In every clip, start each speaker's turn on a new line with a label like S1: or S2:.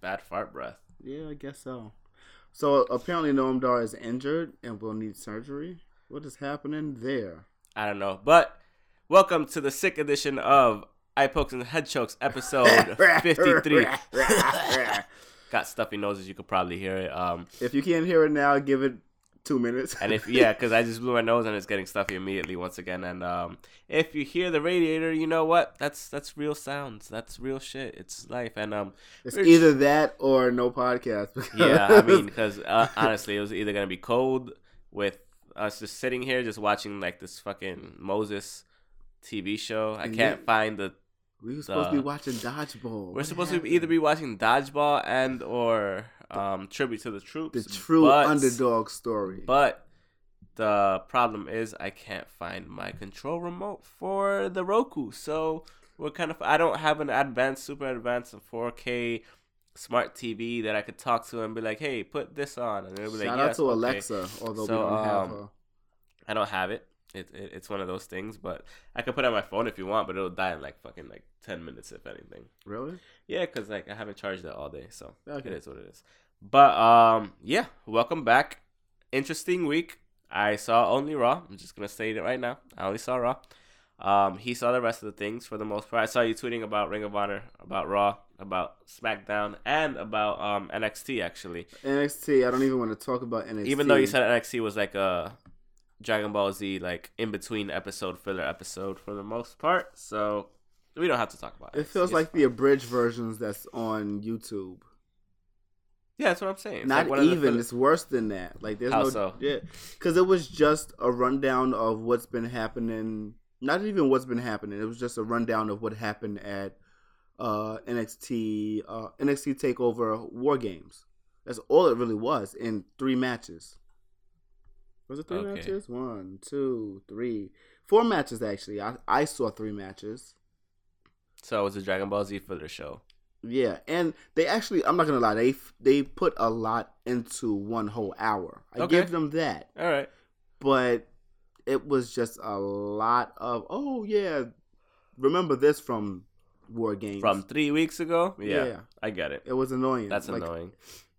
S1: bad fart breath.
S2: Yeah, I guess so. So apparently, Noam Dar is injured and will need surgery. What is happening there?
S1: I don't know. But welcome to the sick edition of Eye Pokes and Head Chokes episode 53. Got stuffy noses, you could probably hear it. Um,
S2: if you can't hear it now, give it two minutes.
S1: and if, yeah, because I just blew my nose and it's getting stuffy immediately once again. And um, if you hear the radiator, you know what? That's that's real sounds. That's real shit. It's life. And um,
S2: it's either that or no podcast.
S1: yeah, I mean, because uh, honestly, it was either gonna be cold with us just sitting here, just watching like this fucking Moses TV show. I
S2: And
S1: can't
S2: yet-
S1: find the.
S2: we were supposed to be
S1: Duh.
S2: watching Dodgeball.
S1: uh, We're supposed to either be watching dodgeball and or um tribute to the troops.
S2: the true
S1: but-
S2: underdog story.
S1: But the problem is, I can't find my control remote for the Roku. So we're kind of. I don't have an advanced, super advanced, 4K smart TV that I could talk to and be like, "Hey, put this on," and it'll be
S2: Shout
S1: like,
S2: out
S1: "Yes,
S2: to
S1: okay."
S2: Alexa, although we
S1: So,
S2: don't have
S1: um,
S2: her.
S1: I don't have it. It, it. It's one of those things, but I could put it on my phone if you want, but it'll die in like fucking like ten minutes if anything.
S2: Really?
S1: Yeah, because like I haven't charged it all day, so
S2: Okay.
S1: it is what it is. But um, yeah, welcome back. Interesting week. I saw only Raw. I'm just gonna state it right now. I only saw Raw. Um, he saw the rest of the things for the most part. I saw you tweeting about Ring of Honor, about Raw, about SmackDown, and about um NXT actually.
S2: NXT. I don't even want to talk about NXT.
S1: Even though you said NXT was like a Dragon Ball Z like in between episode filler episode for the most part, so we don't have to talk about it.
S2: it feels like the abridged versions that's on YouTube.
S1: yeah, that's what I'm saying. It's
S2: Not
S1: like one of the
S2: even.
S1: filler-
S2: It's worse than that. Like there's
S1: How
S2: no
S1: so?
S2: yeah, because it was just a rundown of what's been happening. Not even what's been happening. It was just a rundown of what happened at uh, NXT uh, NXT Takeover War Games. That's all it really was in three matches. Was it three
S1: Okay.
S2: matches? One, two, three, four matches actually. I I saw three matches.
S1: So it was a Dragon Ball Z filler show.
S2: Yeah, and they actually I'm not gonna lie they f- they put a lot into one whole hour. I
S1: Okay.
S2: give them that.
S1: All right.
S2: but it was just a lot of oh yeah remember this from war games
S1: From three weeks ago? Yeah.
S2: Yeah.
S1: I get it.
S2: it was annoying
S1: That's
S2: Like,
S1: annoying.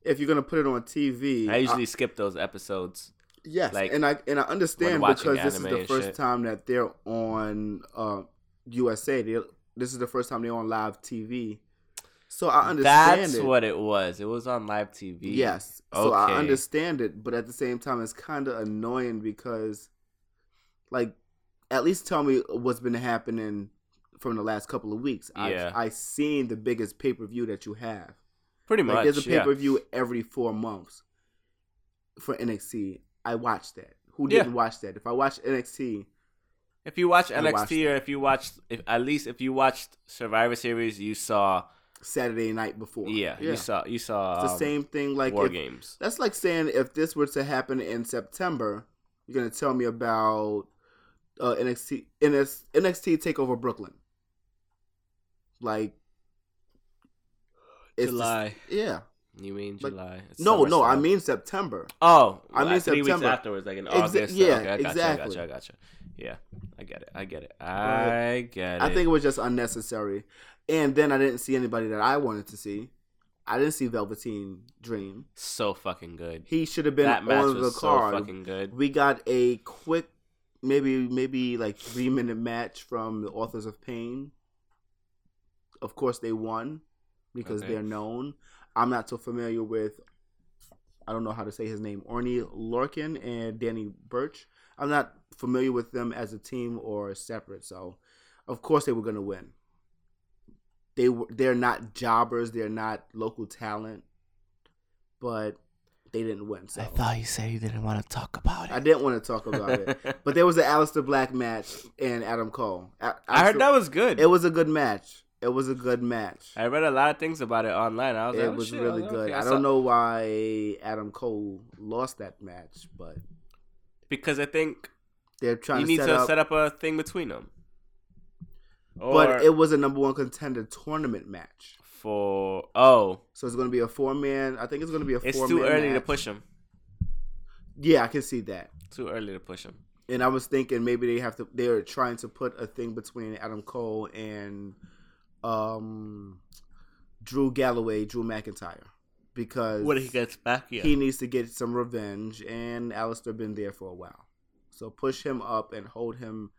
S2: if you're gonna put it on tv
S1: I usually skip those episodes.
S2: yes
S1: like,
S2: and i and i understand
S1: when
S2: because
S1: watching
S2: this is
S1: anime
S2: the
S1: and
S2: first
S1: shit.
S2: time that they're on uh usa they, this is the first time they're on live tv so i understand
S1: That's
S2: it
S1: what it was. It was on live TV.
S2: Yes. So I
S1: Okay.
S2: understand it, but at the same time, it's kind of annoying because, like, at least tell me what's been happening from the last couple of weeks.
S1: Yeah.
S2: I I seen the biggest pay per view that you have.
S1: Pretty
S2: Like,
S1: much.
S2: there's a pay
S1: yeah.
S2: per view every four months for NXT. I watched that. Who
S1: Yeah.
S2: didn't watch that? If I watched NXT,
S1: If you watch
S2: I watched
S1: NXT or if you watched, if, at least if you watched Survivor Series, you saw.
S2: Saturday night before,
S1: Yeah, you saw. You saw.
S2: it's the
S1: um,
S2: same thing. Like
S1: War
S2: if-
S1: games.
S2: That's like saying if this were to happen in September, you're gonna tell me about uh, NXT NS, NXT Takeover Brooklyn. Like it's the-
S1: July.
S2: yeah.
S1: You mean
S2: But-
S1: July? It's
S2: No, no, I
S1: SummerSlam.
S2: mean September.
S1: Oh,
S2: I mean
S1: like three weeks
S2: September.
S1: afterwards, like in
S2: Exa-
S1: August.
S2: yeah,
S1: okay, I gotcha,
S2: exactly.
S1: I gotcha, I gotcha. Yeah, I get it. I get it. I get it.
S2: I think it was just unnecessary. And then I didn't see anybody that I wanted to see. I didn't see Velveteen Dream.
S1: so fucking good.
S2: He should have been
S1: That match
S2: on the
S1: was so
S2: card.
S1: fucking good.
S2: We got a quick, maybe maybe like three minute match from the authors of pain. Of course, they won because
S1: Okay.
S2: they're known. I'm not so familiar with. I don't know how to say his name. Orny Lorkin and Danny Birch. I'm not familiar with them as a team or separate. So, of course, they were going to win. They were. They're not jobbers. They're not local talent. But they didn't win. So
S1: you said you didn't want to talk about
S2: I didn't want to talk about it. But there was an Alistair Black match and Adam Cole. A-
S1: I heard
S2: Aleister-
S1: that was good.
S2: It was a good match. It was a good match.
S1: I read a lot of things about it online. I was
S2: it
S1: like, oh,
S2: was
S1: shit,
S2: really
S1: okay,
S2: good. I
S1: saw-
S2: don't know why Adam Cole lost that match, but
S1: because I think
S2: they're trying
S1: you
S2: to,
S1: need
S2: set,
S1: to
S2: up,
S1: set up a thing between them. Or
S2: But it was a number one contender tournament match,
S1: for oh,
S2: so it's going to be a four man. I think it's going to be a four.
S1: it's too early to
S2: match.
S1: push him.
S2: Yeah, I can see that.
S1: Too early to push him.
S2: And I was thinking maybe they have to. They're trying to put a thing between Adam Cole and um Drew Galloway, Drew McIntyre, because
S1: When he gets back, yeah.
S2: he needs to get some revenge, and Alistair been there for a while, so push him up and hold him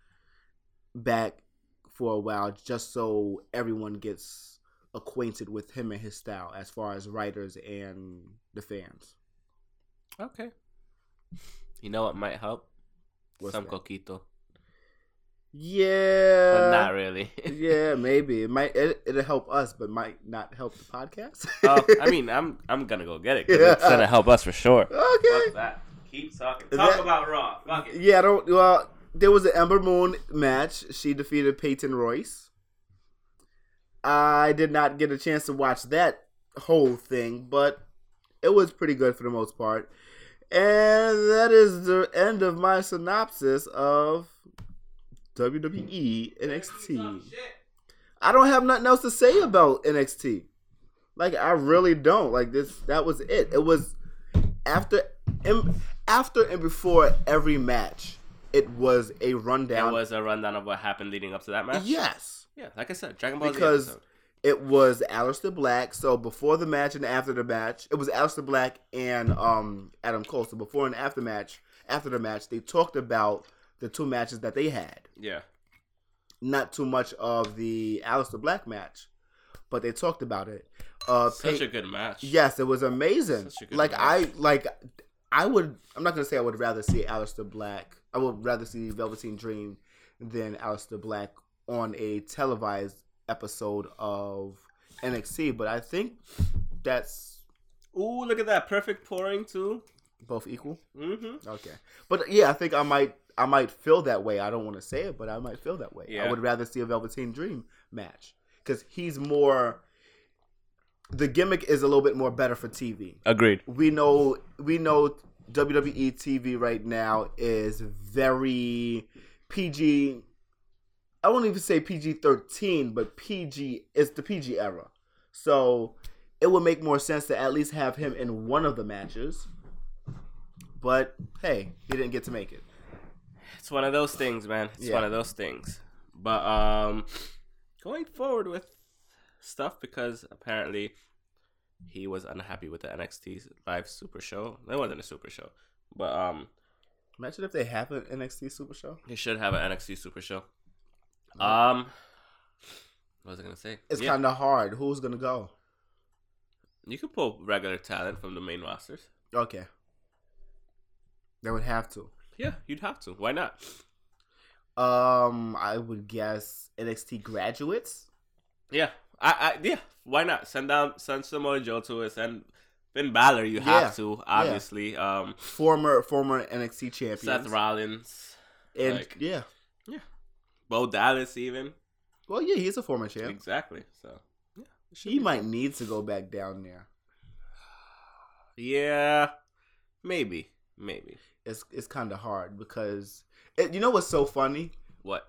S2: back for a while, just so everyone gets acquainted with him and his style, as far as writers and the fans.
S1: okay. You know what might help?
S2: What's
S1: Some
S2: that?
S1: coquito.
S2: Yeah,
S1: but not really.
S2: yeah, maybe it might it, it'll help us, but might not help the podcast.
S1: Oh, I mean, I'm I'm gonna go get it. 'cause It's
S2: Yeah.
S1: gonna help us for sure.
S2: okay.
S1: that. Keep talking.
S2: Talk That-
S1: about Raw. Fuck
S2: Yeah, I don't. Well, there was an Ember Moon match. She defeated Peyton Royce. I did not get a chance to watch that whole thing, but it was pretty good for the most part. And that is the end of my synopsis of E WWE NXT. I don't have nothing else to say about NXT. Like I really don't. Like this that was it. It was after and after and before every match, it was a
S1: That
S2: rundown.
S1: was a rundown of what happened leading up to that match.
S2: yes.
S1: Yeah, like I said, Dragon Ball
S2: Because-
S1: Z episode.
S2: It was Aleister Black. So before the match and after the match, it was Aleister Black and um Adam Cole. So before and after match, after the match, they talked about the two matches that they had.
S1: Yeah,
S2: Not too much of the Aleister Black match, but they talked about it. Uh,
S1: such
S2: Pey-
S1: a good match.
S2: Yes, it was amazing.
S1: Such a good
S2: Like
S1: match.
S2: I like I would I'm not gonna say I would rather see Alistair Black. I would rather see Velveteen Dream than Alistair Black on a televised episode of NXT, but I think that's
S1: Ooh, look at that perfect pouring too.
S2: both equal.
S1: Mm-hmm.
S2: Okay. But yeah, I think I might I might feel that way. I don't want to say it, but I might feel that way.
S1: Yeah.
S2: I would rather see a Velveteen Dream match because he's more. The gimmick is a little bit more better for TV.
S1: Agreed.
S2: we know we know WWE TV right now is very PG. I won't even say PG thirteen, but PG it's the PG era. So it would make more sense to at least have him in one of the matches. But hey, he didn't get to make it.
S1: It's one of those things, man. It's
S2: Yeah.
S1: one of those things. But um, going forward with stuff because apparently he was unhappy with the NXT live super show. It wasn't a super show, but um,
S2: Imagine if they have an NXT Super Show.
S1: They should have an NXT Super Show. Um, what was I gonna say?
S2: It's
S1: Yeah,
S2: kind of hard. Who's gonna go?
S1: you could pull regular talent from the main rosters.
S2: Okay, they would have to.
S1: Yeah, you'd have to. Why not?
S2: Um, I would guess NXT graduates.
S1: Yeah, I, I, yeah. Why not? Send down, send Samoa Joe to it. Send Finn Balor. You have
S2: Yeah,
S1: to, obviously. Um,
S2: former former NXT champions.
S1: Seth Rollins,
S2: and
S1: like-
S2: yeah,
S1: Bo Dallas, even.
S2: well, yeah, he's a former champ.
S1: Exactly. So. yeah, it should
S2: He
S1: be-
S2: might need to go back down there.
S1: Yeah, maybe, maybe.
S2: It's it's kind of hard because it, you know what's so funny?
S1: What?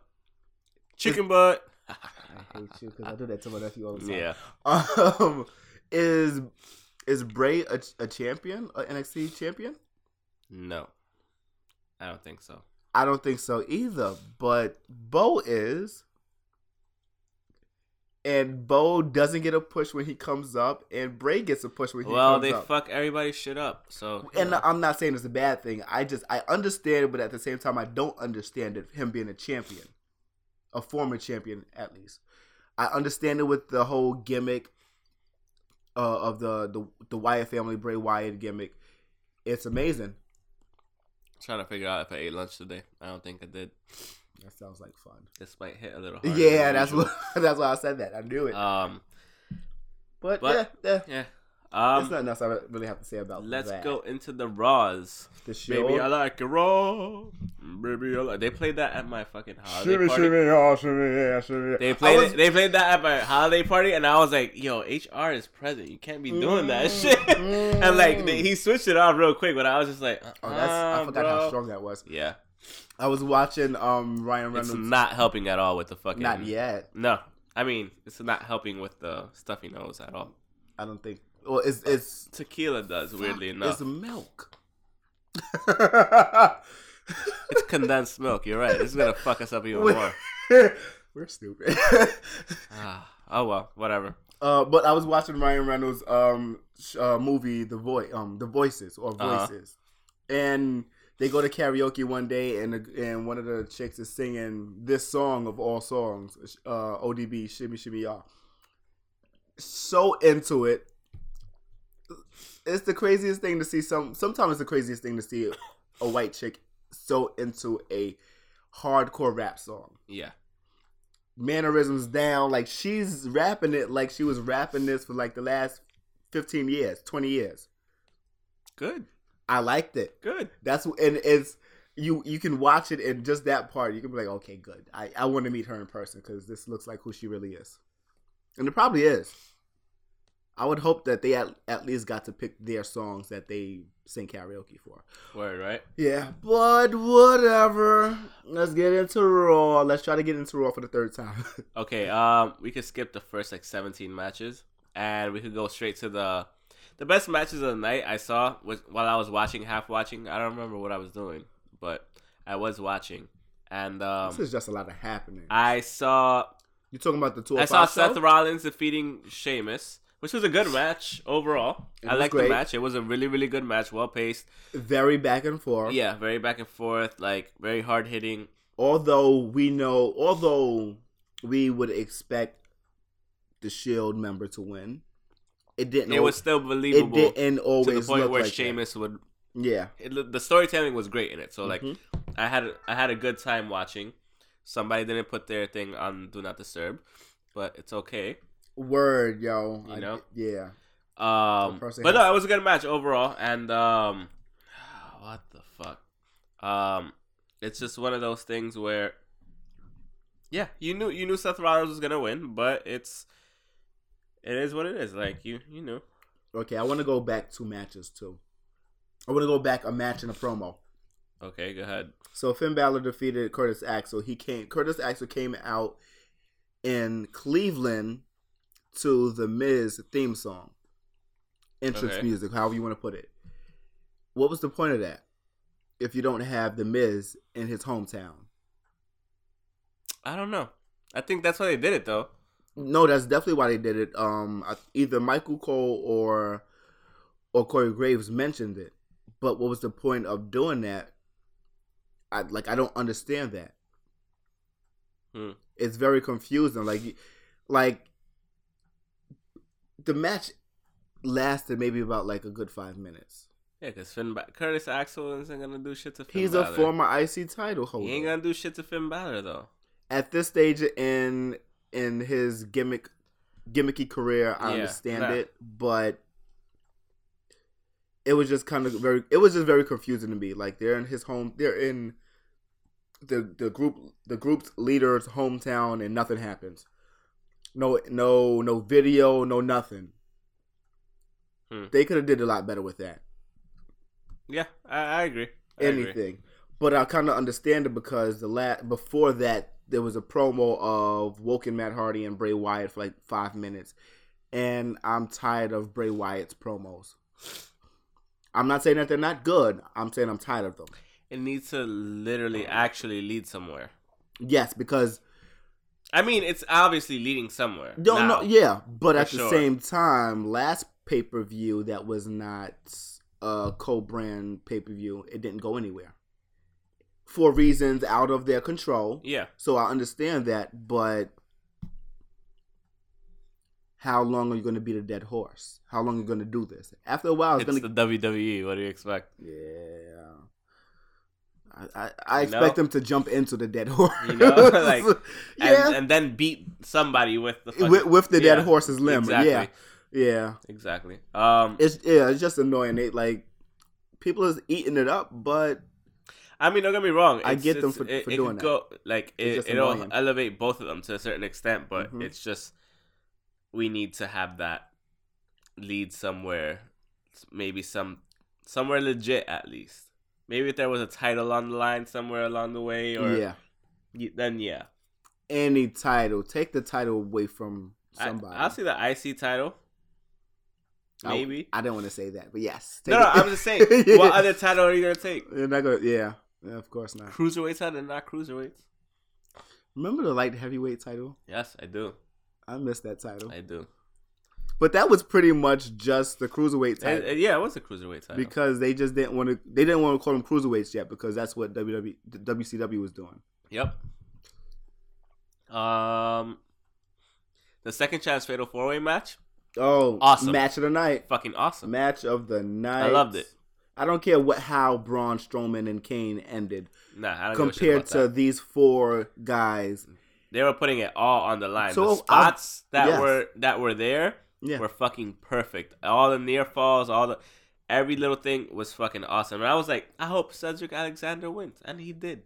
S1: Chicken butt.
S2: I hate you because I do that to my nephew all the time.
S1: yeah.
S2: Um, is is Bray a, a champion, a NXT champion?
S1: No, I don't think so.
S2: I don't think so either. But Bo is. And Bo doesn't get a push when he comes up, and Bray gets a push when he
S1: well,
S2: comes
S1: they
S2: up.
S1: fuck everybody's shit up. So you
S2: and uh,
S1: know.
S2: I'm not saying it's a bad thing. I just I understand it, but at the same time, I don't understand it. Him being a champion, a former champion at least. I understand it with the whole gimmick uh, of the, the the Wyatt family Bray Wyatt gimmick. It's amazing.
S1: I'm trying to figure out if I ate lunch today. I don't think I did.
S2: That sounds like fun.
S1: This might hit a little. Harder
S2: yeah,
S1: than
S2: that's
S1: usual.
S2: what that's why I said that. I knew it.
S1: Um.
S2: but,
S1: but-
S2: yeah, yeah.
S1: Yeah.
S2: There's
S1: Um.
S2: nothing else I really have to say about.
S1: Let's
S2: that.
S1: go into the Raws.
S2: The show.
S1: Baby, I like it raw. Baby, I like. They played that at my fucking holiday
S2: Shimmy,
S1: party.
S2: shimmy, y'all, shimmy, yeah, shimmy.
S1: They
S2: I
S1: played
S2: was-
S1: it, they played that at my holiday party, and I was like, "Yo, HR is present. You can't be doing that
S2: Mm,
S1: shit." and like
S2: mm.
S1: they, he switched it off real quick, but I was just like, uh-uh,
S2: Oh, that's
S1: Ah,
S2: I forgot how strong that was.
S1: Yeah,
S2: I was watching um Ryan
S1: it's
S2: Reynolds.
S1: not helping at all with the fucking.
S2: Not yet.
S1: No, I mean it's not helping with the stuffy nose at all.
S2: I don't think. Well, it's it's
S1: Tequila does weirdly
S2: it's
S1: enough. It's,
S2: milk.
S1: condensed milk. You're right. It's gonna fuck us up even
S2: Wait.
S1: more.
S2: We're stupid.
S1: Ah, oh well, whatever.
S2: Uh, but I was watching Ryan Reynolds' um sh- uh, movie, The Voice, um, The Voices or
S1: Uh-huh.
S2: Voices, and they go to karaoke one day, and the, and one of the chicks is singing this song of all songs, uh, ODB, Shimmy Shimmy Ya. So into it. It's the craziest thing to see. Some sometimes it's the craziest thing to see a white chick so into a hardcore rap song
S1: Yeah.
S2: mannerisms down. Like she's rapping it like she was rapping this for like the last fifteen years, twenty years.
S1: Good.
S2: I liked it.
S1: Good.
S2: That's and it's you you can watch it and just that part you can be like, okay, good. I I want to meet her in person because this looks like who she really is, and it probably is. I would hope that they at, at least got to pick their songs that they sing karaoke for.
S1: Word, right?
S2: Yeah, but whatever. Let's get into Raw. Let's try to get into Raw for the third time.
S1: Okay, um, we could skip the first like 17 matches, and we could go straight to the the best matches of the night. I saw was while I was watching, half watching. I don't remember what I was doing, but I was watching, and um,
S2: this is just a lot of happening.
S1: I saw
S2: You talking about the two?
S1: I saw Seth Rollins defeating Sheamus, which was a good match overall.
S2: It
S1: I
S2: was
S1: liked the
S2: great.
S1: match. It was a really really good match, well paced.
S2: very back and forth.
S1: Yeah, very back and forth, like very hard hitting.
S2: Although we know, although we would expect the Shield E member to win, it didn't.
S1: It
S2: al-
S1: was still
S2: It
S1: believable
S2: didn't always
S1: to the point
S2: look
S1: where
S2: like that.
S1: Sheamus would
S2: Yeah.
S1: it, the storytelling was great in it. So like,
S2: Mhm.
S1: I had I had a good time watching. Somebody didn't put their thing on Do Not Disturb, but it's okay.
S2: Word, yo.
S1: You know?
S2: yeah.
S1: Um,
S2: person
S1: but no,
S2: has-
S1: it was a good match overall. And um, what the fuck? Um, it's just one of those things where, yeah, you knew you knew Seth Rollins was gonna win, but it's it is what it is. Like you you knew.
S2: Okay, I want to go back two matches too. I want to go back a match and a promo.
S1: Okay, go ahead.
S2: So Finn Balor defeated Curtis Axel. He came. Curtis Axel came out in Cleveland to the Miz theme song, entrance
S1: Okay.
S2: music, however you want to put it. What was the point of that? If you don't have the Miz in his hometown,
S1: I don't know. I think that's why they did it though.
S2: no, that's definitely why they did it. Um, I- either Michael Cole or or Corey Graves mentioned it, but what was the point of doing that? I like I don't understand that.
S1: Hmm.
S2: It's very confusing. Like, you- like the match lasted maybe about like a good five minutes.
S1: Yeah, because Finn ba- Curtis Axel isn't gonna do shit to Finn.
S2: He's
S1: Balor.
S2: a former IC title holder.
S1: He ain't gonna do shit to Finn Balor though.
S2: At this stage in in his gimmick gimmicky career, I
S1: Yeah,
S2: understand
S1: nah.
S2: it, but it was just kind of very. It was just very confusing to me. Like they're in his home. They're in the the group the group's leader's hometown, and nothing happens. No, no, no video, no nothing.
S1: Hmm.
S2: They could have did a lot better with that.
S1: Yeah, I, I agree. I agree.
S2: anything. But I kind of understand it because the la- before that there was a promo of Woken Matt Hardy and Bray Wyatt for like five minutes, and I'm tired of Bray Wyatt's promos. I'm not saying that they're not good. I'm saying I'm tired of them.
S1: It needs to literally actually lead somewhere.
S2: Yes, because
S1: I mean, it's obviously leading somewhere.
S2: don't
S1: now.
S2: know. Yeah, but
S1: For
S2: at the
S1: sure.
S2: same time, last pay per view that was not a co-brand pay per view, it didn't go anywhere for reasons out of their control.
S1: Yeah,
S2: So I understand that, but how long are you going to beat a dead horse? How long are you going to do this? After a while,
S1: it's
S2: it's going to.
S1: the WWE. What do you expect?
S2: yeah. I, I, I
S1: You
S2: expect
S1: know?
S2: them to jump into the dead horse.
S1: You know, like,
S2: yeah,
S1: And, and then beat somebody with the fucking,
S2: with, with the
S1: yeah,
S2: dead horse's limb.
S1: Exactly.
S2: Yeah, yeah.
S1: Exactly. Um,
S2: It's yeah, it's just annoying. They like people is eating it up, but
S1: I mean, don't get me wrong.
S2: I
S1: it's-
S2: get them
S1: it's-
S2: for-
S1: it,
S2: for
S1: it
S2: doing
S1: could Go, like
S2: It's
S1: it,
S2: just
S1: it'll
S2: annoying.
S1: elevate both of them to a certain extent, but
S2: Mhm.
S1: it's just we need to have that lead somewhere, maybe some somewhere legit at least. Maybe if there was a title on the line somewhere along the way, or
S2: yeah,
S1: y- then yeah,
S2: any title, take the title away from somebody.
S1: I, will see the IC title.
S2: I-
S1: Maybe.
S2: I, don't want to say that, but yes.
S1: no, no, I'm just saying.
S2: Yeah.
S1: What other title are you gonna take?
S2: They're not gonna. Yeah, yeah, of course not.
S1: Cruiserweight title, and not cruiserweights.
S2: Remember the light heavyweight title?
S1: Yes, I do.
S2: I missed that title.
S1: I do.
S2: But that was pretty much just the cruiserweight
S1: And-
S2: title
S1: and Uh, yeah, it was a cruiserweight title.
S2: because they just didn't want to. They didn't want to call them cruiserweights yet because that's what WWE, WCW was doing.
S1: yep. Um, the second chance fatal four way match,
S2: Oh,
S1: Awesome.
S2: match of the night,
S1: fucking awesome.
S2: match of the night.
S1: loved it.
S2: I don't care what how Braun Strowman and Kane ended
S1: Nah, I don't give a shit
S2: compared
S1: about
S2: to
S1: that.
S2: these four guys.
S1: they were putting it all on the line.
S2: So,
S1: the spots that
S2: yes.
S1: were that were there
S2: Yeah.
S1: were fucking perfect. All the near falls, all the every little thing was fucking awesome. And I was like, I hope Cedric Alexander wins, and he did.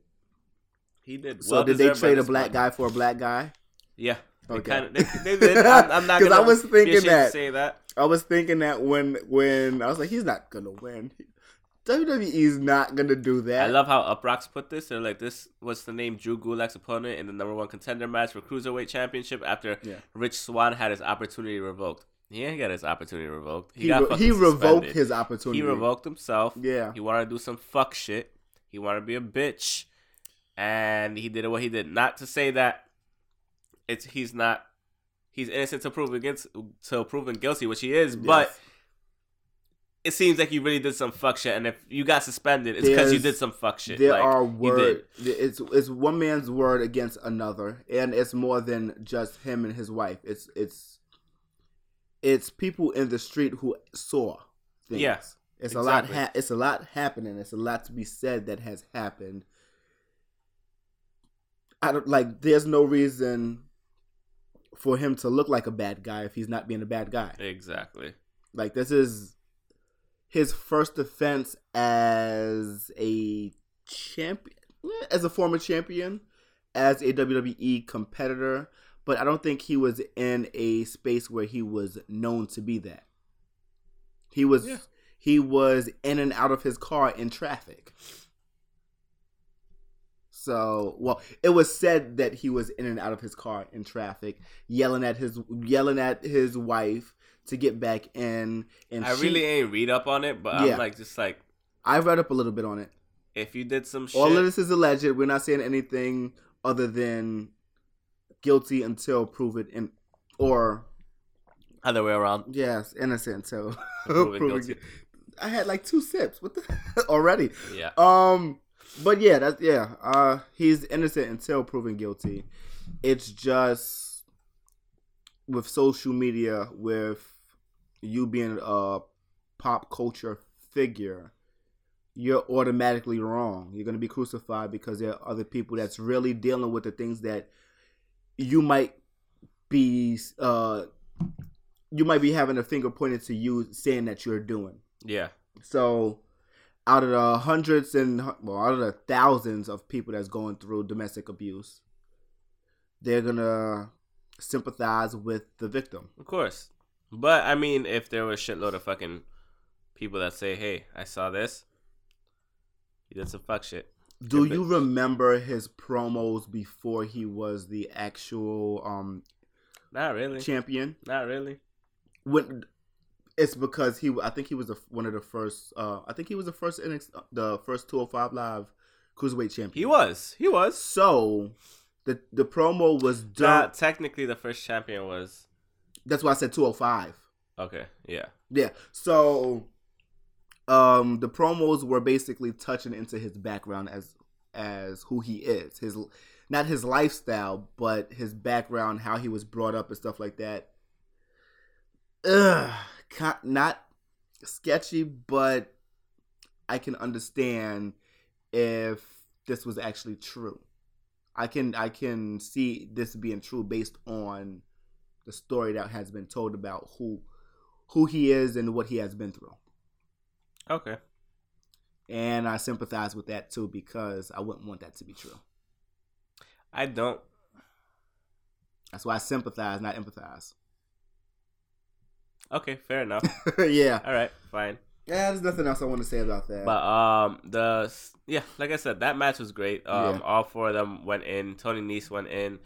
S1: He did.
S2: So did they
S1: Well-deserved by
S2: trade a
S1: this
S2: black
S1: point.
S2: guy for a black guy?
S1: Yeah. They
S2: Okay.
S1: kind of. They, they did. I'm, I'm not
S2: 'Cause
S1: gonna.
S2: I was
S1: be
S2: thinking
S1: ashamed to
S2: that.
S1: Say that.
S2: I was thinking that when when I was like, he's not gonna win. WWE's not gonna do that.
S1: I love how Uproxx put this. They're like, this was the name Drew Gulak's opponent in the number one contender match for Cruiserweight Championship after
S2: Yeah.
S1: Rich Swan had his opportunity revoked. He ain't got his opportunity revoked.
S2: he
S1: got
S2: re-
S1: fucking
S2: he revoked
S1: suspended.
S2: his opportunity.
S1: He revoked himself.
S2: Yeah.
S1: He wanted to do some fuck shit. He wanted to be a bitch, and he did what he did. Not to say that it's he's not he's innocent to prove against to proven guilty, which he is, but
S2: Yes.
S1: it seems like you really did some fuck shit. And if you got suspended, it's because you
S2: There's-
S1: did some fuck shit.
S2: there
S1: like,
S2: are
S1: you did.
S2: word. It's it's one man's word against another, and it's more than just him and his wife. It's it's it's people in the street who saw things.
S1: Yeah,
S2: it's a lot.
S1: exactly.
S2: Ha- it's a lot happening. It's a lot to be said that has happened. I don't like. There's no reason for him to look like a bad guy if he's not being a bad guy.
S1: Exactly.
S2: Like this is his first defense as a champion, as a former champion, as a WWE competitor. But I don't think he was in a space where he was known to be that. He was
S1: Yeah.
S2: he was in and out of his car in traffic. So well, it was said that he was in and out of his car in traffic, yelling at his yelling at his wife to get back in. And
S1: I
S2: she-
S1: really ain't read up on it, but
S2: Yeah.
S1: I'm like just like
S2: I read up a little bit on it.
S1: if you did some shit,
S2: All of this is alleged. We're not saying anything other than guilty until proven in or
S1: other way around.
S2: yes, innocent until
S1: Proven
S2: proven
S1: guilty.
S2: guilty. I had like two sips. What the already?
S1: Yeah.
S2: Um, but yeah, that's yeah. Uh, he's innocent until proven guilty. It's just with social media, with you being a pop culture figure, you're automatically wrong. You're gonna be crucified because there are other people that's really dealing with the things that you might be. Uh, you might be having a finger pointed to you, saying that you're doing.
S1: Yeah.
S2: So, out of the hundreds and well, out of the thousands of people that's going through domestic abuse, they're gonna sympathize with the victim.
S1: Of course. But I mean, if there were a shitload of fucking people that say, "Hey, I saw this," you did some fuck shit.
S2: Do
S1: If it-
S2: you remember his promos before he was the actual um
S1: Not really.
S2: champion?
S1: Not really.
S2: When it's because he, I think he was the, one of the first. Uh, I think he was the first NX, the first two hundred five live cruiserweight champion.
S1: He was. He was.
S2: So, the the promo was done.
S1: Not technically, the first champion was.
S2: that's why I said two hundred five.
S1: Okay. Yeah.
S2: Yeah. So um the promos were basically touching into his background as as who he is. His not his lifestyle, but his background, how he was brought up and stuff like that. Ugh, ca- not sketchy, but I can understand if this was actually true. I can I can see this being true based on the story that has been told about who who he is and what he has been through.
S1: Okay.
S2: And I sympathize with that too because I wouldn't want that to be true.
S1: I don't.
S2: That's why I sympathize, not empathize.
S1: Okay. Fair enough.
S2: yeah.
S1: All right. Fine.
S2: Yeah, there's nothing else I want to say about that.
S1: But um, the yeah, like I said, that match was great. Um,
S2: Yeah.
S1: all four of them went in. Tony Nese went in.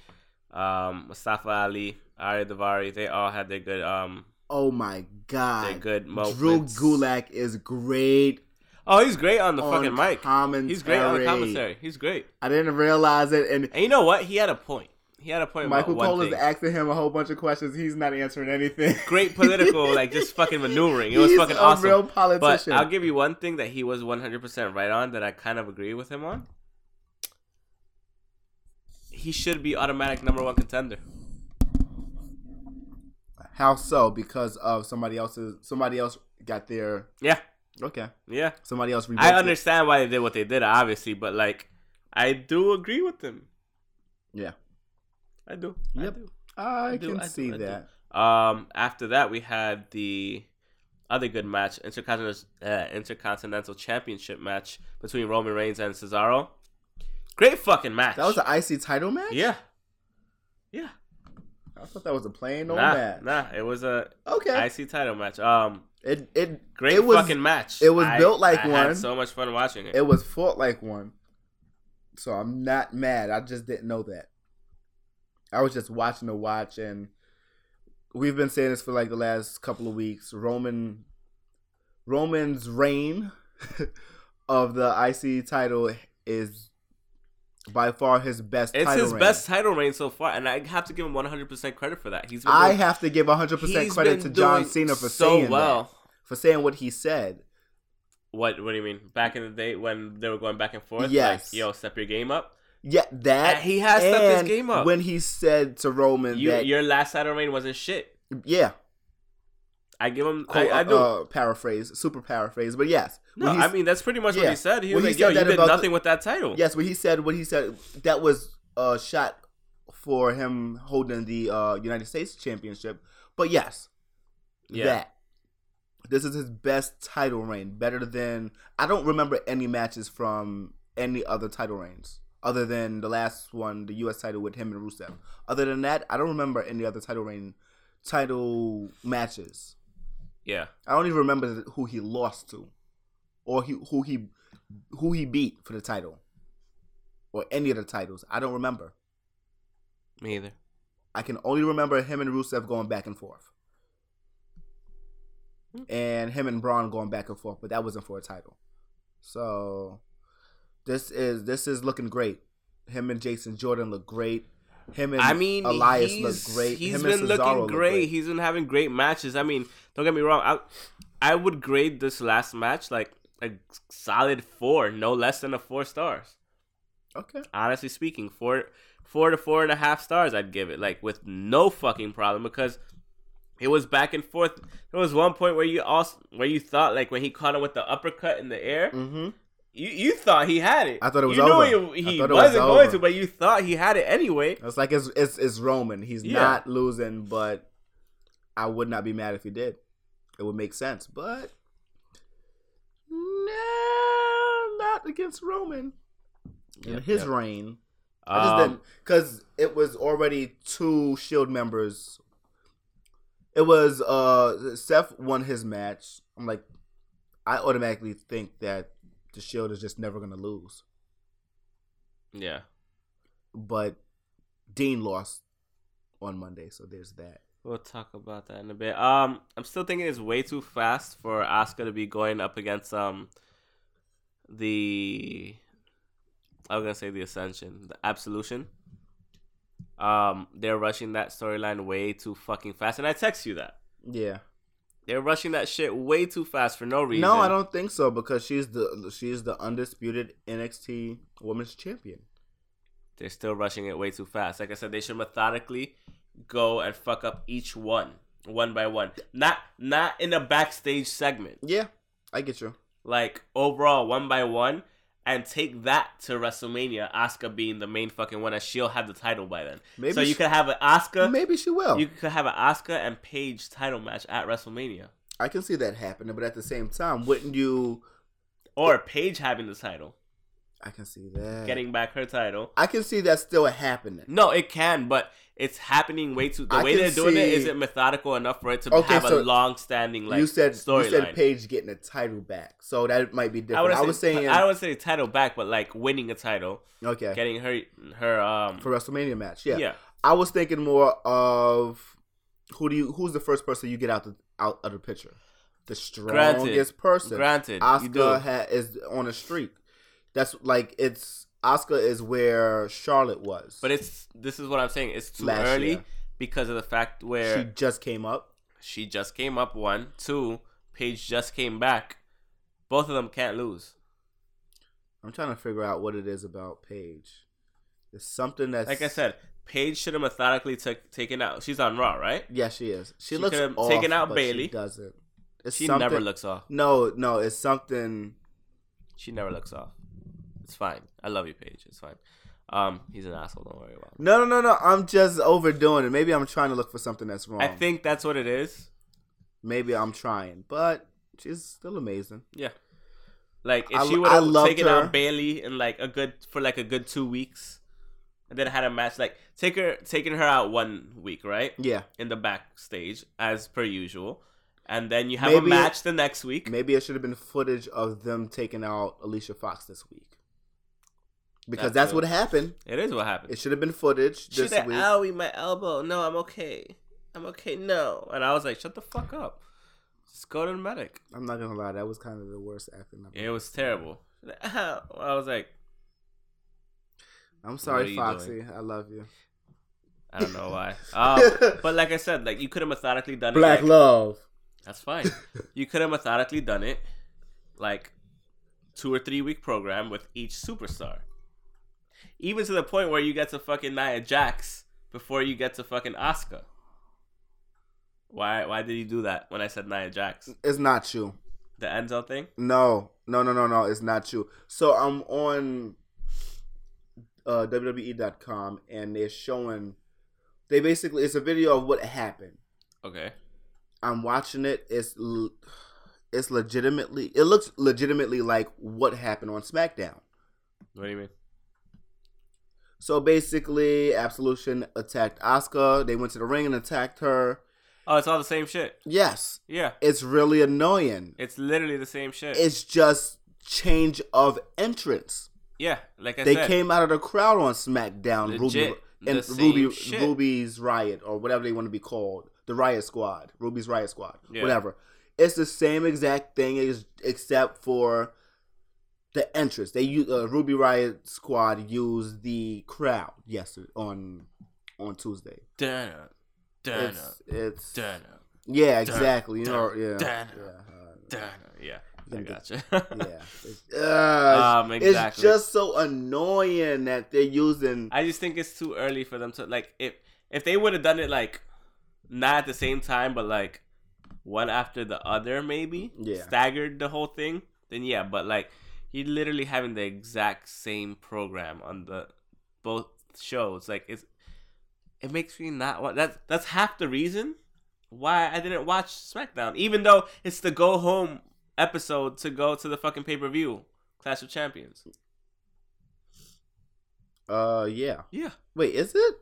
S1: Um, Mustafa Ali, Ari Davari, they all had their good um,
S2: oh my
S1: their
S2: god.
S1: good moments.
S2: Drew Gulak is great
S1: Oh, he's great on the
S2: on
S1: fucking mic.
S2: commentary.
S1: He's great on the commentary. He's great.
S2: I didn't realize it and
S1: And you know what? He had a point. he had a point.
S2: Michael
S1: about
S2: Cole
S1: one
S2: is
S1: thing.
S2: asking him a whole bunch of questions. He's not answering anything.
S1: great political, like just fucking maneuvering. It was
S2: He's
S1: fucking
S2: a
S1: awesome.
S2: Real
S1: but
S2: politician.
S1: I'll give you one thing that he was 100% right on that I kind of agree with him on. He should be automatic number one contender.
S2: How so? Because of somebody else's. Somebody else got their.
S1: Yeah.
S2: Okay.
S1: Yeah.
S2: Somebody else. revoked
S1: I
S2: it.
S1: understand why they did what they did, obviously, but like, I do agree with them.
S2: Yeah.
S1: I do.
S2: Yep.
S1: I do.
S2: I,
S1: I do,
S2: can
S1: I do,
S2: see
S1: I do.
S2: that.
S1: Um, after that, we had the other good match, Intercontinental, uh, Intercontinental Championship match between Roman Reigns and Cesaro. Great fucking match.
S2: That was an IC title match.
S1: yeah, yeah.
S2: I thought that was a plain old
S1: nah,
S2: match.
S1: nah. It was a
S2: Okay.
S1: IC title match. Um,
S2: it it
S1: great
S2: It was-
S1: fucking match.
S2: it was built like
S1: I
S2: one.
S1: Had so much fun watching it.
S2: it was fought like one. So I'm not mad. I just didn't know that. I was just watching the watch, and we've been saying this for like the last couple of weeks. Roman, Roman's reign of the IC title is by far his best.
S1: it's
S2: title
S1: his
S2: reign.
S1: best title reign so far, and I have to give him 100% credit for that. He's been
S2: I
S1: doing-
S2: have to give 100 percent
S1: he's
S2: credit
S1: been
S2: to John
S1: doing
S2: Cena for
S1: so
S2: saying
S1: well.
S2: that, for saying what he said.
S1: What What do you mean? Back in the day when they were going back and forth,
S2: Yes.
S1: Like, yo, step your game up.
S2: Yeah, that
S1: And he has stepped his
S2: and
S1: game up.
S2: when he said to Roman
S1: You,
S2: that
S1: your last title reign wasn't shit.
S2: yeah,
S1: I give him.
S2: quote,
S1: I, I do.
S2: Uh, paraphrase, super paraphrase, but yes.
S1: no,
S2: when he
S1: I
S2: s-
S1: mean that's pretty much what
S2: yeah.
S1: he said. He
S2: When
S1: was
S2: he
S1: like, "Yo,
S2: said
S1: you
S2: that
S1: did
S2: about the-
S1: nothing with that title."
S2: yes, when he said what he said, that was a shot for him holding the uh, United States Championship. But yes,
S1: Yeah.
S2: that this is his best title reign, better than I don't remember any matches from any other title reigns other than the last one, the U.S. title with him and Rusev. Other than that, I don't remember any other title reign title matches.
S1: Yeah.
S2: I don't even remember th- who he lost to, or he, who he who he beat for the title, or any of the titles. I don't remember.
S1: Me either.
S2: I can only remember him and Rusev going back and forth,
S1: Hmm.
S2: and him and Braun going back and forth. But that wasn't for a title. So this is this is looking great. Him and Jason Jordan look great. Him and
S1: I mean,
S2: Elias
S1: he's-
S2: look great.
S1: He's
S2: him
S1: been
S2: and Cesaro
S1: looking
S2: look
S1: great. He's been having great matches. I mean, don't get me wrong. I, I would grade this last match like a solid four, no less than a four stars.
S2: Okay.
S1: honestly speaking, four four to four and a half stars I'd give it, like with no fucking problem because it was back and forth. There was one point where you also where you thought like when he caught him with the uppercut in the air,
S2: Mm-hmm.
S1: you, you thought he had it.
S2: I thought it was
S1: you
S2: over.
S1: He,
S2: I
S1: he
S2: thought
S1: wasn't
S2: it was
S1: going
S2: over.
S1: to, but you thought he had it anyway.
S2: It's like it's it's, it's Roman. He's
S1: Yeah.
S2: not losing, but I would not be mad if he did. It would make sense, but no, not against Roman in
S1: Yep,
S2: his
S1: yep.
S2: reign. I just
S1: Um,
S2: didn't because it was already two Shield E members. It was uh Seth won his match. I'm like, I automatically think that the Shield E is just never gonna lose,
S1: yeah.
S2: but Dean lost on Monday, so there's that.
S1: We'll talk about that in a bit. Um, I'm still thinking it's way too fast for Asuka to be going up against um the I was gonna say the Ascension, the Absolution. Um, they're rushing that storyline way too fucking fast, and I text you that
S2: Yeah.
S1: they're rushing that shit way too fast for no reason.
S2: No, I don't think so because she's the she's the undisputed NXT Women's Champion.
S1: They're still rushing it way too fast. Like I said, they should methodically go and fuck up each one, one by one. Not not in a backstage segment.
S2: Yeah, I get you.
S1: like overall one by one and take that to WrestleMania, Asuka being the main fucking one and she'll have the title by then.
S2: Maybe
S1: so
S2: she-
S1: you could have an Asuka
S2: Maybe she will.
S1: you could have an Asuka and Paige title match at WrestleMania.
S2: I can see that happening, but at the same time, wouldn't you?
S1: Or Paige having the title.
S2: I can see that.
S1: Getting back her title.
S2: I can see that still happening.
S1: No, it can, but it's happening way too the
S2: I
S1: way
S2: can
S1: they're doing it
S2: see-
S1: isn't methodical enough for it to
S2: Okay,
S1: have
S2: so
S1: a long standing like
S2: you said you said
S1: storyline.
S2: Paige getting a title back, so that might be
S1: I,
S2: different.
S1: wouldn't
S2: I,
S1: say-
S2: was saying
S1: I would say title back, but like winning a title,
S2: okay
S1: getting her her um
S2: for WrestleMania match. Yeah.
S1: yeah. yeah,
S2: I was thinking more of who do you who's the first person you get out the out of the picture, the strongest
S1: Granted.
S2: person.
S1: granted, you do.
S2: Oscar ha- is on a streak. That's like it's Oscar is where Charlotte was,
S1: But it's this is what I'm saying. It's too
S2: Last
S1: early
S2: year.
S1: because of the fact
S2: she
S1: where
S2: just came up.
S1: she, just came up one, two. Paige just came back. Both of them can't lose.
S2: I'm trying to figure out what it is about Paige. It's something that's
S1: Like I said, Paige should have methodically took taken out. She's on Raw, right?
S2: Yeah, she is. She,
S1: She
S2: looks
S1: could've
S2: off,
S1: taken out
S2: but
S1: Bayley.
S2: She doesn't. It's
S1: She
S2: something-
S1: never looks off.
S2: No, no, it's something.
S1: She never looks off. It's fine. I love you, Paige. It's fine. Um, he's an asshole. Don't worry about. it.
S2: No, no, no, no. I'm just overdoing it. Maybe I'm trying to look for something that's wrong.
S1: I think that's what it is.
S2: maybe I'm trying, but she's still amazing.
S1: Yeah. Like if
S2: I-
S1: she would
S2: I
S1: have
S2: loved
S1: taken
S2: her.
S1: out Bailey in like a good for like a good two weeks, and then had a match like take her taking her out one week right
S2: Yeah,
S1: in the backstage as per usual, and then you have
S2: Maybe-
S1: a match the next week.
S2: maybe it should have been footage of them taking out Alicia Fox this week because that's,
S1: That's
S2: what
S1: it.
S2: happened.
S1: It is what happened.
S2: It should have been footage
S1: She
S2: this
S1: said,
S2: week.
S1: "Owie, my elbow. No, I'm okay. I'm okay. No." And I was like, "Shut the fuck up. Just go to the medic."
S2: I'm not gonna lie, that was kind of the worst acting. I've
S1: It was terrible. Ow. I was like,
S2: I'm
S1: What are
S2: sorry,
S1: you
S2: Foxy. I love you.
S1: I don't know why. Um, but like I said, like you could have methodically done
S2: Black
S1: it. Like,
S2: love.
S1: that's fine. You could have methodically done it, like two or three week program with each superstar. Even to the point where you get to fucking Nia Jax before you get to fucking Asuka. Why? Why did you do that when I said Nia Jax?
S2: It's not you.
S1: The Enzo thing.
S2: No, no, no, no, no. It's not you. So I'm on uh, WWE.com and they're showing. They basically it's a video of what happened.
S1: Okay.
S2: I'm watching it. It's l- it's legitimately it looks legitimately like what happened on SmackDown.
S1: What do you mean?
S2: So basically, Absolution attacked Asuka. They went to the ring and attacked her.
S1: Oh, it's all the same shit.
S2: Yes,
S1: Yeah.
S2: it's really annoying.
S1: It's literally the same shit.
S2: It's just change of entrance.
S1: yeah. Like I
S2: they
S1: said.
S2: came out of the crowd on SmackDown. Ruby
S1: Legit, the
S2: and
S1: same
S2: Ruby
S1: shit.
S2: Ruby's Riot or whatever they want to be called, the Riot Squad, Ruby's Riot Squad,
S1: Yeah.
S2: whatever. It's the same exact thing, ex- except for the entrance. They u- uh, Ruby Riot Squad used the crowd yesterday on on Tuesday.
S1: Dun, dun,
S2: It's, it's
S1: dun,
S2: yeah, exactly. You know, yeah,
S1: dun,
S2: yeah,
S1: dun. Yeah. I
S2: Yeah.
S1: gotcha.
S2: uh, yeah. It's, uh,
S1: um,
S2: it's-
S1: exactly.
S2: It's just so annoying that they're using.
S1: I just think it's too early for them to like if if they would have done it like not at the same time but like one after the other maybe
S2: Yeah.
S1: staggered the whole thing then yeah but like you're literally having the exact same program on the both shows like it's it makes me not want that's that's half the reason why I didn't watch SmackDown even though it's the go home episode to go to the fucking pay per view Clash of Champions
S2: Uh, yeah.
S1: yeah
S2: Wait, is it?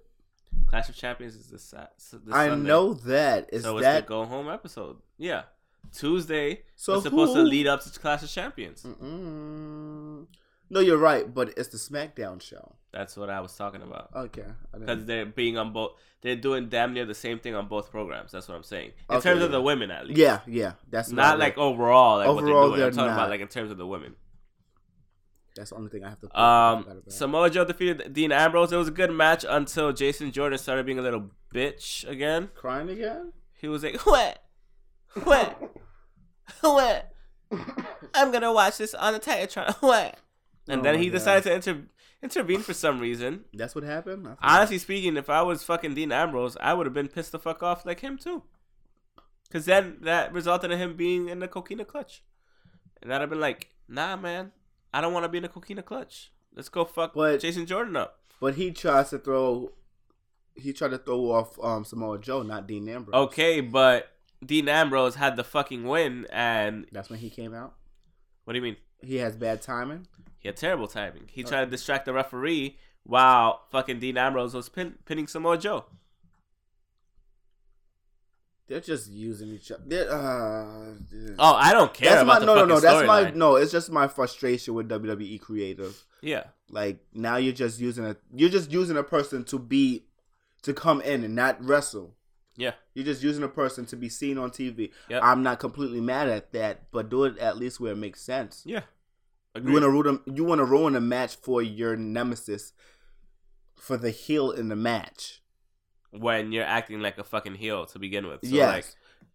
S1: Clash of Champions is this, Sat- this
S2: I
S1: Sunday.
S2: know that. Is
S1: so
S2: that
S1: it's the go home episode. Yeah, Tuesday. So
S2: So
S1: it's supposed to
S2: who-
S1: lead up to Clash of Champions.
S2: Mm-mm. No, you're right, but it's the SmackDown show.
S1: That's what I was talking about.
S2: Okay. I
S1: Because
S2: didn't-
S1: they're being on both, they're doing damn near the same thing on both programs. That's what I'm saying. In
S2: Okay,
S1: terms of
S2: yeah.
S1: the women, at least.
S2: Yeah, yeah. That's
S1: Not
S2: about
S1: like
S2: it.
S1: overall, like
S2: Overall,
S1: what they're doing.
S2: they're
S1: I'm talking
S2: not.
S1: about like in terms of the women.
S2: that's the only thing I have to. put- I forgot
S1: Um,
S2: about.
S1: Samoa Joe defeated Dean Ambrose. It was a good match until Jason Jordan started being a little bitch again.
S2: crying again.
S1: He was like, "What? What? What? I'm gonna watch this on the Titantron. What?" And
S2: Oh
S1: then
S2: my
S1: he
S2: God.
S1: decided to inter- intervene for some reason.
S2: That's what happened. I forgot.
S1: Honestly speaking, if I was fucking Dean Ambrose, I would have been pissed the fuck off like him too. Cause then that resulted in him being in the coquina clutch, and I'd have been like, "Nah, man, I don't want to be in the coquina clutch. Let's go fuck
S2: But-
S1: Jason Jordan up."
S2: but he tries to throw. He tried to throw off um, Samoa Joe, not Dean Ambrose.
S1: Okay, but Dean Ambrose had the fucking win, and
S2: That's when he came out.
S1: what do you mean?
S2: He has bad timing.
S1: He had terrible timing. He
S2: Oh.
S1: tried to distract the referee while fucking Dean Ambrose was pin- pinning Samoa Joe.
S2: They're just using each other. They're, uh,
S1: Oh, I don't care
S2: that's my
S1: about
S2: no no
S1: the
S2: no.
S1: fucking
S2: That's my
S1: storyline.
S2: no. It's just my frustration with WWE creative.
S1: Yeah,
S2: Like now you're just using a you're just using a person to be to come in and not wrestle.
S1: yeah.
S2: You're just using a person to be seen on TV.
S1: Yep.
S2: I'm not completely mad at that, but do it at least where it makes sense.
S1: Yeah. Agreed.
S2: You want to ruin a, you want to ruin a match for your nemesis, for the heel in the match.
S1: when you're acting like a fucking heel to begin with. So
S2: yes,
S1: like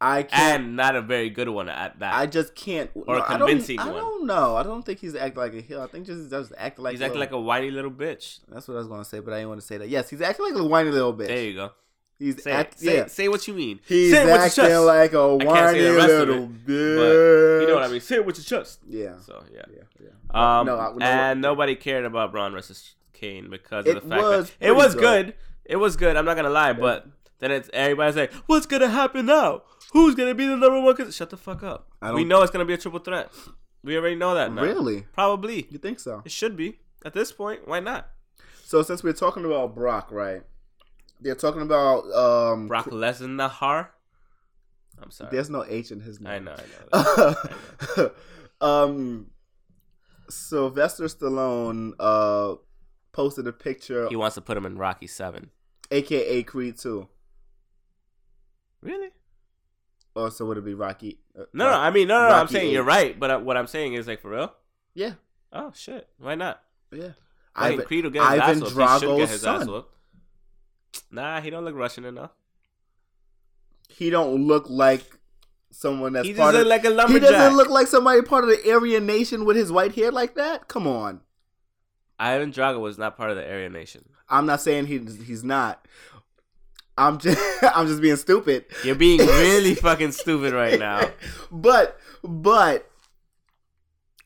S2: I can't.
S1: and not a very good one at that.
S2: I just can't.
S1: Or a
S2: I don't-
S1: convincing
S2: I
S1: one.
S2: don't know. I don't think he's acting like a heel. I think just just acting like
S1: He's acting
S2: a-
S1: like a whiny little bitch.
S2: That's what I was gonna say, but I didn't want to say that. Yes, he's acting like a whiny little bitch.
S1: There you go.
S2: he's
S1: Say,
S2: act,
S1: say,
S2: yeah.
S1: say what you mean.
S2: He's
S1: say it with your
S2: acting
S1: chest.
S2: like a
S1: I can't
S2: whiny
S1: say the rest of
S2: little bitch.
S1: You know what I mean? Say it with your chest.
S2: Yeah.
S1: So yeah.
S2: Yeah. yeah.
S1: Um,
S2: Oh, No, I- no,
S1: and nobody cared about Braun versus Kane because of
S2: It
S1: the fact
S2: was
S1: that it was
S2: pretty
S1: good.
S2: good.
S1: It was good. I'm not gonna lie, but then it's everybody's like, "What's gonna happen now? Who's gonna be the number one?" con-" Shut the fuck up.
S2: I
S1: We
S2: don't-
S1: know it's gonna be a triple threat. We already know that. Now.
S2: Really?
S1: Probably.
S2: You think so?
S1: It should be at this point. Why not?
S2: So since we're talking about Brock, right? They're talking about um
S1: Brock Lesnar. I'm sorry.
S2: There's no H in his
S1: I
S2: name.
S1: know. I know.
S2: know. um, Sylvester Stallone uh posted a picture,
S1: he wants to put him in Rocky Seven.
S2: aka Creed Two,
S1: Really?
S2: or so would it be Rocky? uh,
S1: No, no. I mean, no, no. I'm
S2: Rocky
S1: saying
S2: eight.
S1: you're right, but uh, what I'm saying is like for real.
S2: yeah,
S1: Oh shit! Why not?
S2: yeah.
S1: Ivan,
S2: Ivan-
S1: Creed will get his
S2: Ivan
S1: ass whooped. He should get
S2: Drago's
S1: his ass
S2: son.
S1: whooped. Nah, he don't look Russian enough.
S2: he don't look like someone that's
S1: he just
S2: part
S1: look
S2: of.
S1: like a
S2: he
S1: lumberjack.
S2: doesn't look like somebody part of the Aryan Nation with his white hair like that. Come on.
S1: Ivan Drago was not part of the Aryan Nation.
S2: I'm not saying he he's not. I'm just I'm just being stupid.
S1: You're being really fucking stupid right now,
S2: But but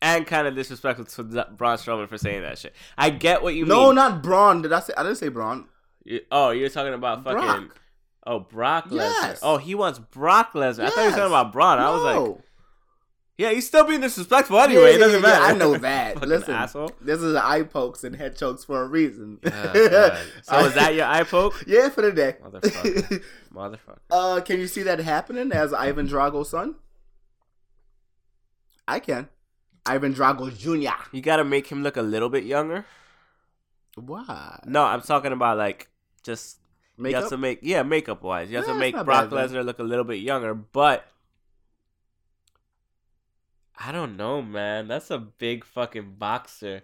S1: and kind of disrespectful to Z- Braun Strowman for saying that shit. I get what you
S2: no,
S1: mean.
S2: not Braun. Did I say I didn't say Braun?
S1: You- oh, you're talking about fucking.
S2: Brock.
S1: Oh, Brock Lesnar.
S2: Yes.
S1: Oh, he wants Brock Lesnar. I thought you were
S2: Yes.
S1: talking about Braun. I was like,
S2: No.
S1: yeah, he's still being disrespectful anyway.
S2: Yeah,
S1: it doesn't
S2: yeah, yeah,
S1: matter.
S2: I know that.
S1: Fucking
S2: Listen,
S1: asshole.
S2: this is eye pokes and head chokes for a reason.
S1: Oh, God. so is that your eye poke?
S2: yeah for the day?
S1: Motherfucker. Motherfucker.
S2: uh, can you see that happening as Ivan Drago's son? I can. Ivan Drago Jr.
S1: You gotta make him look a little bit younger.
S2: Why?
S1: No, I'm talking about like just you have
S2: Makeup?
S1: to make yeah makeup wise. You have
S2: Yeah,
S1: to
S2: it's
S1: make
S2: not
S1: Brock
S2: bad,
S1: Lesnar look a little bit younger, but I don't know, man. That's a big fucking boxer,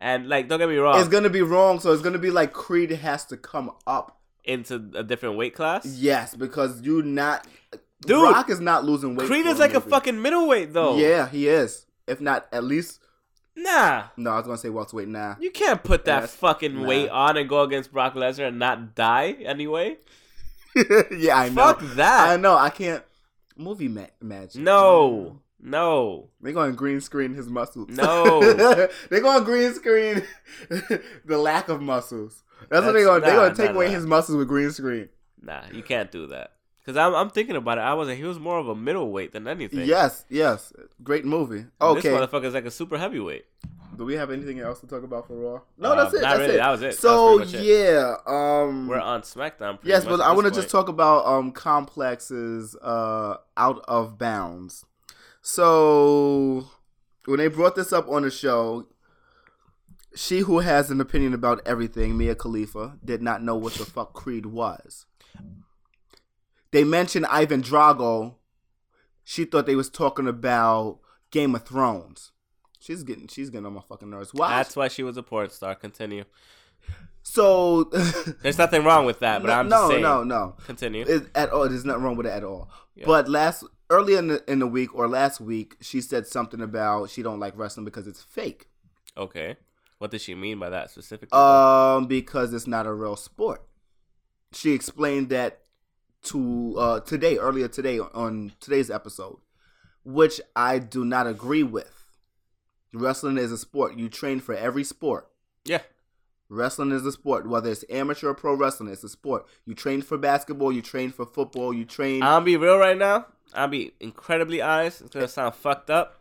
S1: and like don't get me wrong,
S2: It's gonna be wrong, so it's gonna be like Creed has to come up.
S1: into a different weight class.
S2: Yes, because you not.
S1: Dude,
S2: Rock is not losing weight.
S1: Creed
S2: for
S1: is like a
S2: movie.
S1: fucking middleweight though.
S2: Yeah, he is. If not, at least
S1: Nah.
S2: no. I was gonna say welterweight. Nah,
S1: You can't put that
S2: Yes.
S1: fucking
S2: Nah.
S1: weight on and go against Brock Lesnar and not die anyway.
S2: yeah, I know.
S1: Fuck that.
S2: I know. I can't. Movie ma- magic.
S1: No. No.
S2: They're going to green screen his muscles.
S1: No.
S2: they're going to green screen the lack of muscles. That's,
S1: That's-
S2: what they're going to They're
S1: nah,
S2: going to take
S1: nah,
S2: away
S1: nah.
S2: his muscles with green screen.
S1: Nah, you can't do that. Cause I'm, I'm thinking about it. I was like, he was more of a middleweight than anything.
S2: Yes, yes. Great movie.
S1: And This
S2: Okay.
S1: motherfucker's like a super heavyweight.
S2: Do we have anything else to talk about for Raw? No,
S1: Uh,
S2: that's it.
S1: not
S2: that's
S1: really.
S2: it.
S1: That was it. That
S2: So,
S1: was pretty
S2: yeah. Um
S1: We're on SmackDown. pretty
S2: Yes,
S1: much
S2: but
S1: at
S2: I
S1: this
S2: want to just
S1: point.
S2: talk about um complexes uh out of bounds. So when they brought this up on the show, she who has an opinion about everything, Mia Khalifa, did not know what the fuck Creed was. They mentioned Ivan Drago. She thought they was talking about Game of Thrones. She's getting she's getting on my fucking nerves. Why?
S1: That's why she was a porn star. Continue.
S2: so
S1: There's nothing wrong with that, but
S2: no,
S1: I'm just
S2: no,
S1: saying.
S2: no, no.
S1: Continue.
S2: It, at all, there's nothing wrong with it at all. But last earlier in the, in the week or last week, she said something about she don't like wrestling because it's fake.
S1: okay. What did she mean by that specifically?
S2: Um, because it's not a real sport. She explained that to uh today earlier today on today's episode, which I do not agree with. Wrestling is a sport. You train for every sport.
S1: yeah.
S2: Wrestling is a sport, whether it's amateur or pro wrestling, it's a sport. You train for basketball, you train for football, you train.
S1: I'll be real right now. I'll be incredibly honest. It's gonna sound fucked up.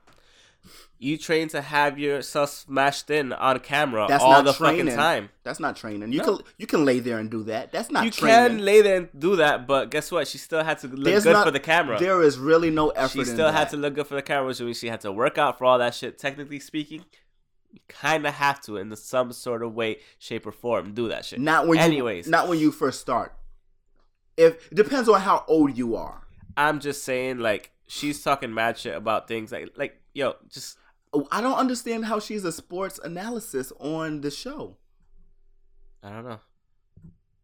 S1: You train to have yourself smashed in on camera
S2: That's
S1: all
S2: not
S1: the
S2: training.
S1: fucking time.
S2: That's not training. You
S1: No.
S2: can you can lay there and do that. That's not
S1: you
S2: training.
S1: can lay there and do that, but guess what? She still had to look
S2: There's
S1: good
S2: not-
S1: for the camera.
S2: There is really no effort.
S1: She
S2: in
S1: still had
S2: that.
S1: to look good for the camera, which means she had to work out for all that shit. Technically speaking, you kind of have to in some sort of way, shape, or form do that shit.
S2: Not when
S1: Anyways,
S2: you not when you first start. If depends on how old you are.
S1: I'm just saying, like, she's talking mad shit about things like, like, yo, just
S2: Oh, I don't understand how she's a sports analysis on the show.
S1: I don't know.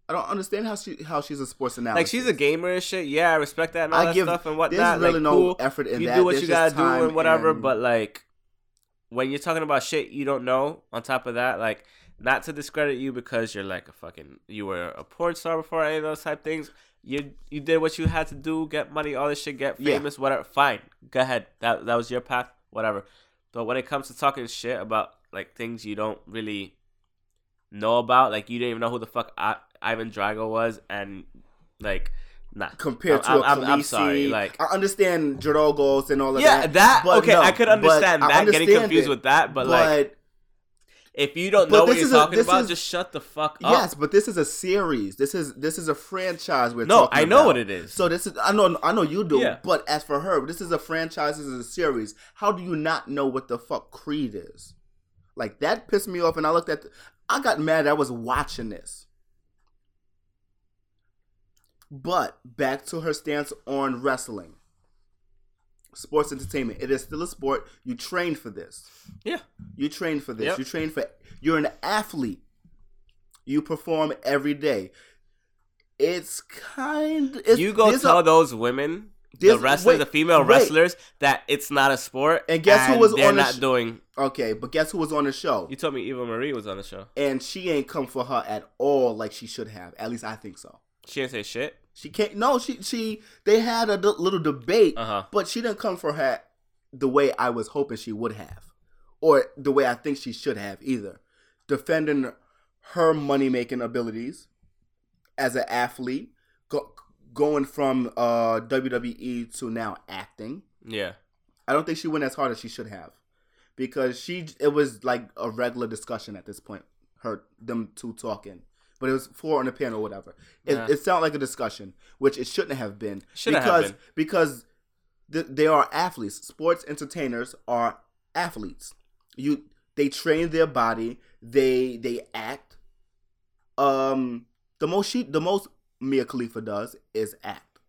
S2: I don't understand how she how she's a sports analyst.
S1: Like she's a gamer and shit. Yeah, I respect that and all
S2: I
S1: that
S2: give-
S1: stuff and
S2: There's
S1: whatnot.
S2: really
S1: like,
S2: no
S1: cool.
S2: effort in
S1: you
S2: that.
S1: do what
S2: There's
S1: you gotta
S2: just
S1: do and
S2: time
S1: whatever.
S2: and-
S1: But like, when you're talking about shit you don't know, on top of that, like, not to discredit you because you're like a fucking you were a porn star before any of those type things. You you did what you had to do, get money, all this shit, get
S2: Yeah.
S1: famous, whatever. Fine, go ahead. That that was your path, whatever. But when it comes to talking shit about like things you don't really know about, like you didn't even know who the fuck I, Ivan Drago was, and like, nah.
S2: compared
S1: I'm-
S2: to
S1: Oh, I'm-
S2: a Khaleesi,
S1: I'm sorry, like-
S2: I understand Drogos and all of
S1: yeah,
S2: that.
S1: that,
S2: but
S1: okay.
S2: no,
S1: I could
S2: but
S1: understand
S2: I
S1: that getting
S2: understand
S1: confused
S2: it,
S1: with that, but, like if you don't
S2: but
S1: know what
S2: this
S1: you're
S2: is a-
S1: talking
S2: this
S1: about,
S2: is-
S1: just shut the fuck up.
S2: yes, but this is a series. This is this is a franchise. We're
S1: no,
S2: talking
S1: I know
S2: about.
S1: what it is.
S2: So this is I know I know you do,
S1: Yeah.
S2: but as for her, this is a franchise. This is a series. How do you not know what the fuck Creed is? Like that pissed me off, and I looked at. I got mad. I was watching this. But back to her stance on wrestling. Sports entertainment. It is still a sport. You train for this.
S1: yeah,
S2: You train for this.
S1: Yep.
S2: You train for. You're an athlete. You perform every day. It's kind. It's,
S1: you go
S2: these
S1: tell
S2: are-
S1: those women, the
S2: there's-
S1: wrestlers,
S2: wait,
S1: the female
S2: wait.
S1: wrestlers, that it's not a sport.
S2: And guess who was
S1: they're
S2: on the
S1: not
S2: sh-
S1: doing.
S2: Okay, but guess who was on the show?
S1: You told me Eva Marie was on the show.
S2: And she ain't come for her at all, like she should have. At least I think so.
S1: She didn't say shit.
S2: She can't. No, she she. They had a d- little debate,
S1: Uh huh.
S2: but she didn't come for her the way I was hoping she would have, or the way I think she should have either. Defending her money making abilities as an athlete, go, going from uh, WWE to now acting.
S1: Yeah.
S2: I don't think she went as hard as she should have, because she it was like a regular discussion at this point. Her them two talking, but it was four on the panel, or whatever. It,
S1: Yeah.
S2: it sounded like a discussion, which it shouldn't have been.
S1: Shouldn't have
S2: because
S1: been.
S2: because th- they are athletes. Sports entertainers are athletes. You they train their body. They they act. Um, the most she the most Mia Khalifa does is act.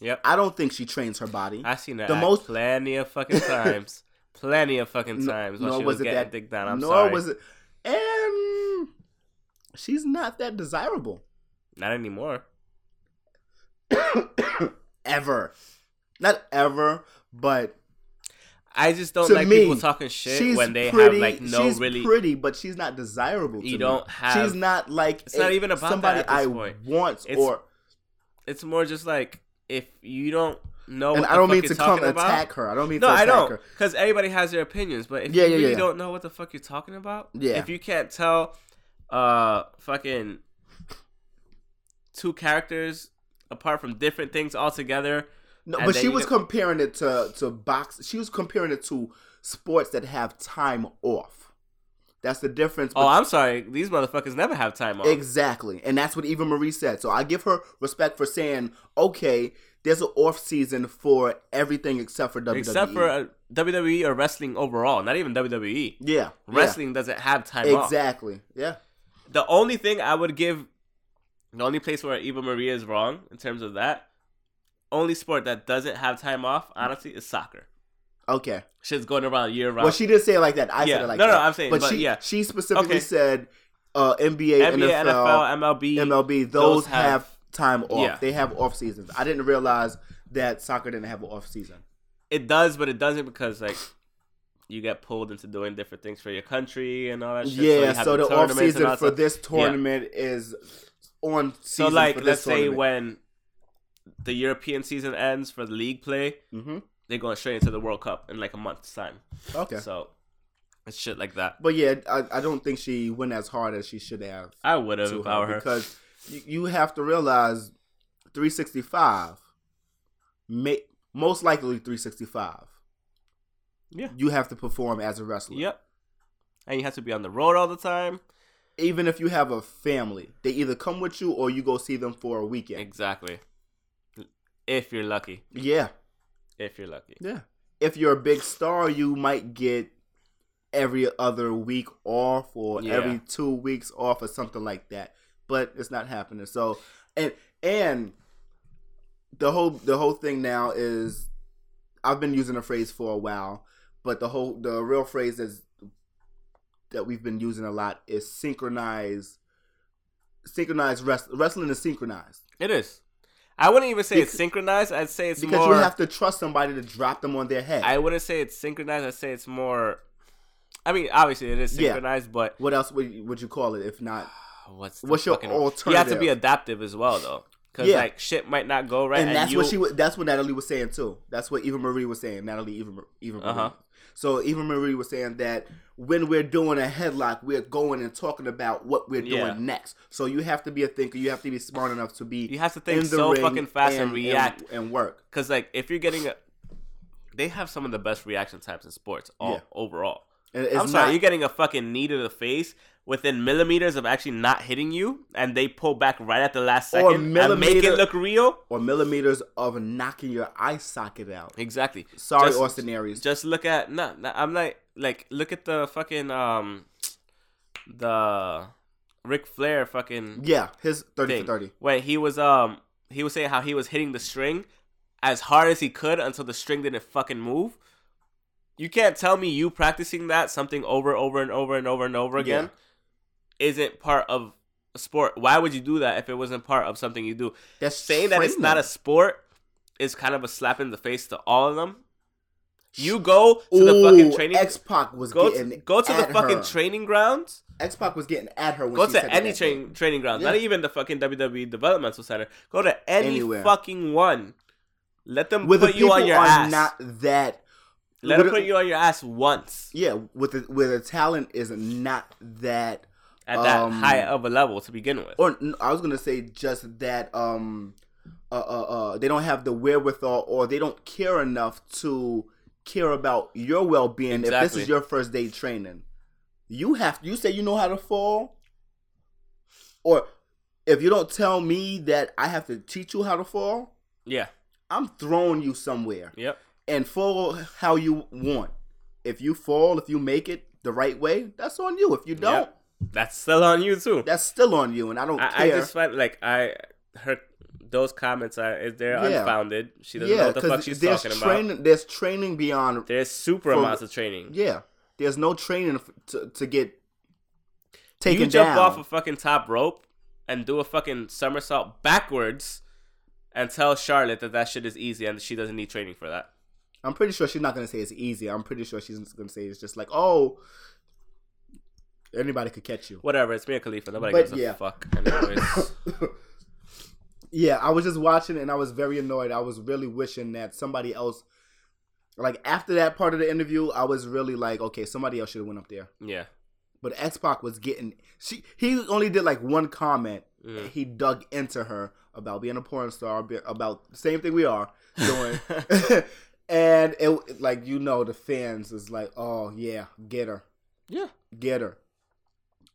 S1: Yep.
S2: I don't think she trains her body.
S1: I seen that.
S2: The
S1: act
S2: most-
S1: plenty of fucking times. plenty of fucking
S2: No-
S1: times. while
S2: nor
S1: she was,
S2: was it
S1: getting
S2: that-
S1: dick down. I'm
S2: nor
S1: sorry.
S2: was it, and she's not that desirable
S1: Not anymore.
S2: ever, not ever, but
S1: I just don't
S2: To
S1: like
S2: me,
S1: people talking shit
S2: she's
S1: when they
S2: pretty,
S1: have like no
S2: she's
S1: really.
S2: pretty, but she's not desirable. to
S1: You
S2: me.
S1: don't have-
S2: She's not like
S1: It's not
S2: a-
S1: even about that
S2: somebody
S1: at this
S2: I
S1: point.
S2: want
S1: It's-
S2: or
S1: It's more just like if you don't know.
S2: and
S1: what
S2: I
S1: the
S2: don't
S1: fuck
S2: mean
S1: you're
S2: to come
S1: talking about-
S2: attack her. I don't mean
S1: No,
S2: to attack
S1: I don't,
S2: her.
S1: because everybody has their opinions. But if
S2: Yeah,
S1: you
S2: yeah,
S1: really
S2: yeah.
S1: don't know what the fuck you're talking about,
S2: Yeah.
S1: if you can't tell, uh, fucking two characters apart from different things altogether,
S2: No,
S1: And
S2: but
S1: then
S2: she
S1: you
S2: was
S1: know-
S2: comparing it to to box. She was comparing it to sports that have time off. That's the difference.
S1: oh, I'm sorry, these motherfuckers never have time off.
S2: Exactly. And that's what Eva Marie said. So I give her respect for saying, okay, there's an off season for everything except for E. WWE.
S1: Except for uh, WWE or wrestling overall, not even WWE.
S2: yeah.
S1: Wrestling doesn't have time
S2: Yeah.
S1: off.
S2: Exactly. Yeah.
S1: The only thing I would give, the only place where Eva Maria is wrong in terms of that, only sport that doesn't have time off, honestly, is soccer.
S2: Okay.
S1: Shit's going around year round.
S2: Well, she didn't say it like that. I
S1: Uh, Yeah.
S2: said it like
S1: No,
S2: that.
S1: no, I'm saying, but
S2: she,
S1: yeah.
S2: she specifically
S1: Okay.
S2: said uh, NBA,
S1: NBA,
S2: NFL,
S1: NFL, MLB,
S2: MLB, those,
S1: those
S2: have,
S1: have-
S2: time off.
S1: Yeah.
S2: They have off seasons. I didn't realize that soccer didn't have an off season.
S1: It does, but it doesn't because like you get pulled into doing different things for your country and all that shit. you
S2: yeah,
S1: have
S2: so the, off
S1: tournaments and all
S2: season
S1: that
S2: for
S1: stuff.
S2: this tournament is on
S1: So
S2: season.
S1: like,
S2: for this
S1: let's say
S2: tournament.
S1: when the European season ends for the league play,
S2: Mhm.
S1: they're going straight into the World Cup in like a month's time.
S2: Okay.
S1: So it's shit like that.
S2: But yeah, I, I don't think she went as hard as she should have
S1: I would have
S2: to
S1: if
S2: her,
S1: I were her.
S2: because you, you have to realize 365, may, most likely 365.
S1: Yeah.
S2: you have to perform as a wrestler.
S1: Yep. And you have to be on the road all the time.
S2: Even if you have a family, they either come with you or you go see them for a weekend.
S1: Exactly. If you're lucky.
S2: Yeah,
S1: If you're lucky.
S2: yeah. If you're a big star, you might get every other week off or
S1: Yeah.
S2: every two weeks off or something like that. But it's not happening. So and and the whole the whole thing now is I've been using a phrase for a while, But the whole the real phrase is that we've been using a lot is synchronized. Synchronized rest, wrestling is synchronized
S1: It is. I wouldn't even say it's
S2: Bec-
S1: synchronized. I'd say it's
S2: because
S1: more.
S2: you have to trust somebody to drop them on their head.
S1: I wouldn't say it's synchronized. I'd say it's more. I mean, obviously it is
S2: Yeah.
S1: synchronized, but
S2: what else would you, would you call it if not?
S1: what's the
S2: What's your
S1: fucking-
S2: alternative?
S1: You have to be adaptive as well, though, because
S2: Yeah.
S1: like shit might not go right,
S2: and, that's
S1: you,
S2: what she. wa- That's what Natalie was saying too. That's what Eva Marie was saying. Natalie Eva Mar- Eva Marie.
S1: Uh-huh.
S2: So Eva Marie was saying that when we're doing a headlock, we're going and talking about what we're doing
S1: Yeah.
S2: next. So you have to be a thinker. You have to be smart enough to be
S1: you have to think so fucking fast and, react.
S2: and, work.
S1: Because like if you're getting a, they have some of the best reaction times in sports all
S2: Yeah.
S1: overall.
S2: And it's
S1: I'm sorry,
S2: not-
S1: you're getting a fucking knee to the face within millimeters of actually not hitting you, and they pull back right at the last
S2: Or
S1: second and make
S2: millimeter-
S1: it look real.
S2: or millimeters of knocking your eye socket out.
S1: Exactly.
S2: Sorry,
S1: Just-
S2: Austin Aries.
S1: Just look at no, no, I'm like like look at the fucking um the Ric Flair fucking
S2: yeah, his thirty
S1: thing
S2: for thirty.
S1: when he was um he was saying how he was hitting the string as hard as he could until the string didn't fucking move. You can't tell me you practicing that something over over and over and over and over again isn't part of a sport. Why would you do that if it wasn't part of something you do?
S2: That's
S1: Saying that it's not a sport is kind of a slap in the face to all of them. You go to the fucking training
S2: X Pac was
S1: go to,
S2: getting
S1: go to the
S2: at
S1: fucking
S2: her.
S1: training grounds.
S2: X Pac was getting at her. When
S1: Go
S2: she said
S1: to any
S2: that.
S1: training training grounds, not
S2: Yeah.
S1: even the fucking WWE developmental center. Go to any
S2: Anywhere.
S1: fucking one. Let them
S2: Where
S1: put
S2: the
S1: you
S2: people
S1: on your
S2: are
S1: ass.
S2: not that.
S1: Let them
S2: where the-
S1: put you on your ass once
S2: Yeah, with the, where the talent is not that,
S1: at that
S2: Um,
S1: high of a level to begin with.
S2: or n- I was gonna say just that. Um, uh, uh, uh, they don't have the wherewithal, or they don't care enough to care about your well being. If this
S1: Exactly.
S2: is your first day training, you have you say you know how to fall, or if you don't tell me that I have to teach you how to fall,
S1: yeah.
S2: I'm throwing you somewhere.
S1: Yep.
S2: and fall how you want. If you fall, if you make it the right way, that's on you. If you don't,
S1: That's still on you too.
S2: that's still on you, and I don't
S1: I, I
S2: care.
S1: just find like I her those comments are they're
S2: Yeah.
S1: unfounded. She doesn't know
S2: yeah,
S1: what the fuck
S2: because
S1: she's
S2: there's
S1: talking
S2: training.
S1: about.
S2: There's training beyond.
S1: There's super
S2: For-
S1: amounts of training.
S2: Yeah, there's no training f- to to get taken
S1: you jump
S2: down.
S1: off a fucking top rope and do a fucking somersault backwards and tell Charlotte that that shit is easy and she doesn't need training for that.
S2: I'm pretty sure she's not gonna say it's easy. I'm pretty sure she's gonna say it's just like, oh, anybody could catch you.
S1: Whatever, it's Mia Khalifa. Nobody
S2: But
S1: gives a
S2: yeah.
S1: fuck. Anyways,
S2: yeah, I was just watching and I was very annoyed. I was really wishing that somebody else, like after that part of the interview, I was really like, okay, somebody else should have went up there.
S1: yeah.
S2: But X Pac was getting she. He only did like one comment.
S1: Mm.
S2: He dug into her about being a porn star, be- about the same thing we are doing. and it like you know the fans is like, oh yeah, get her
S1: Yeah.
S2: get her.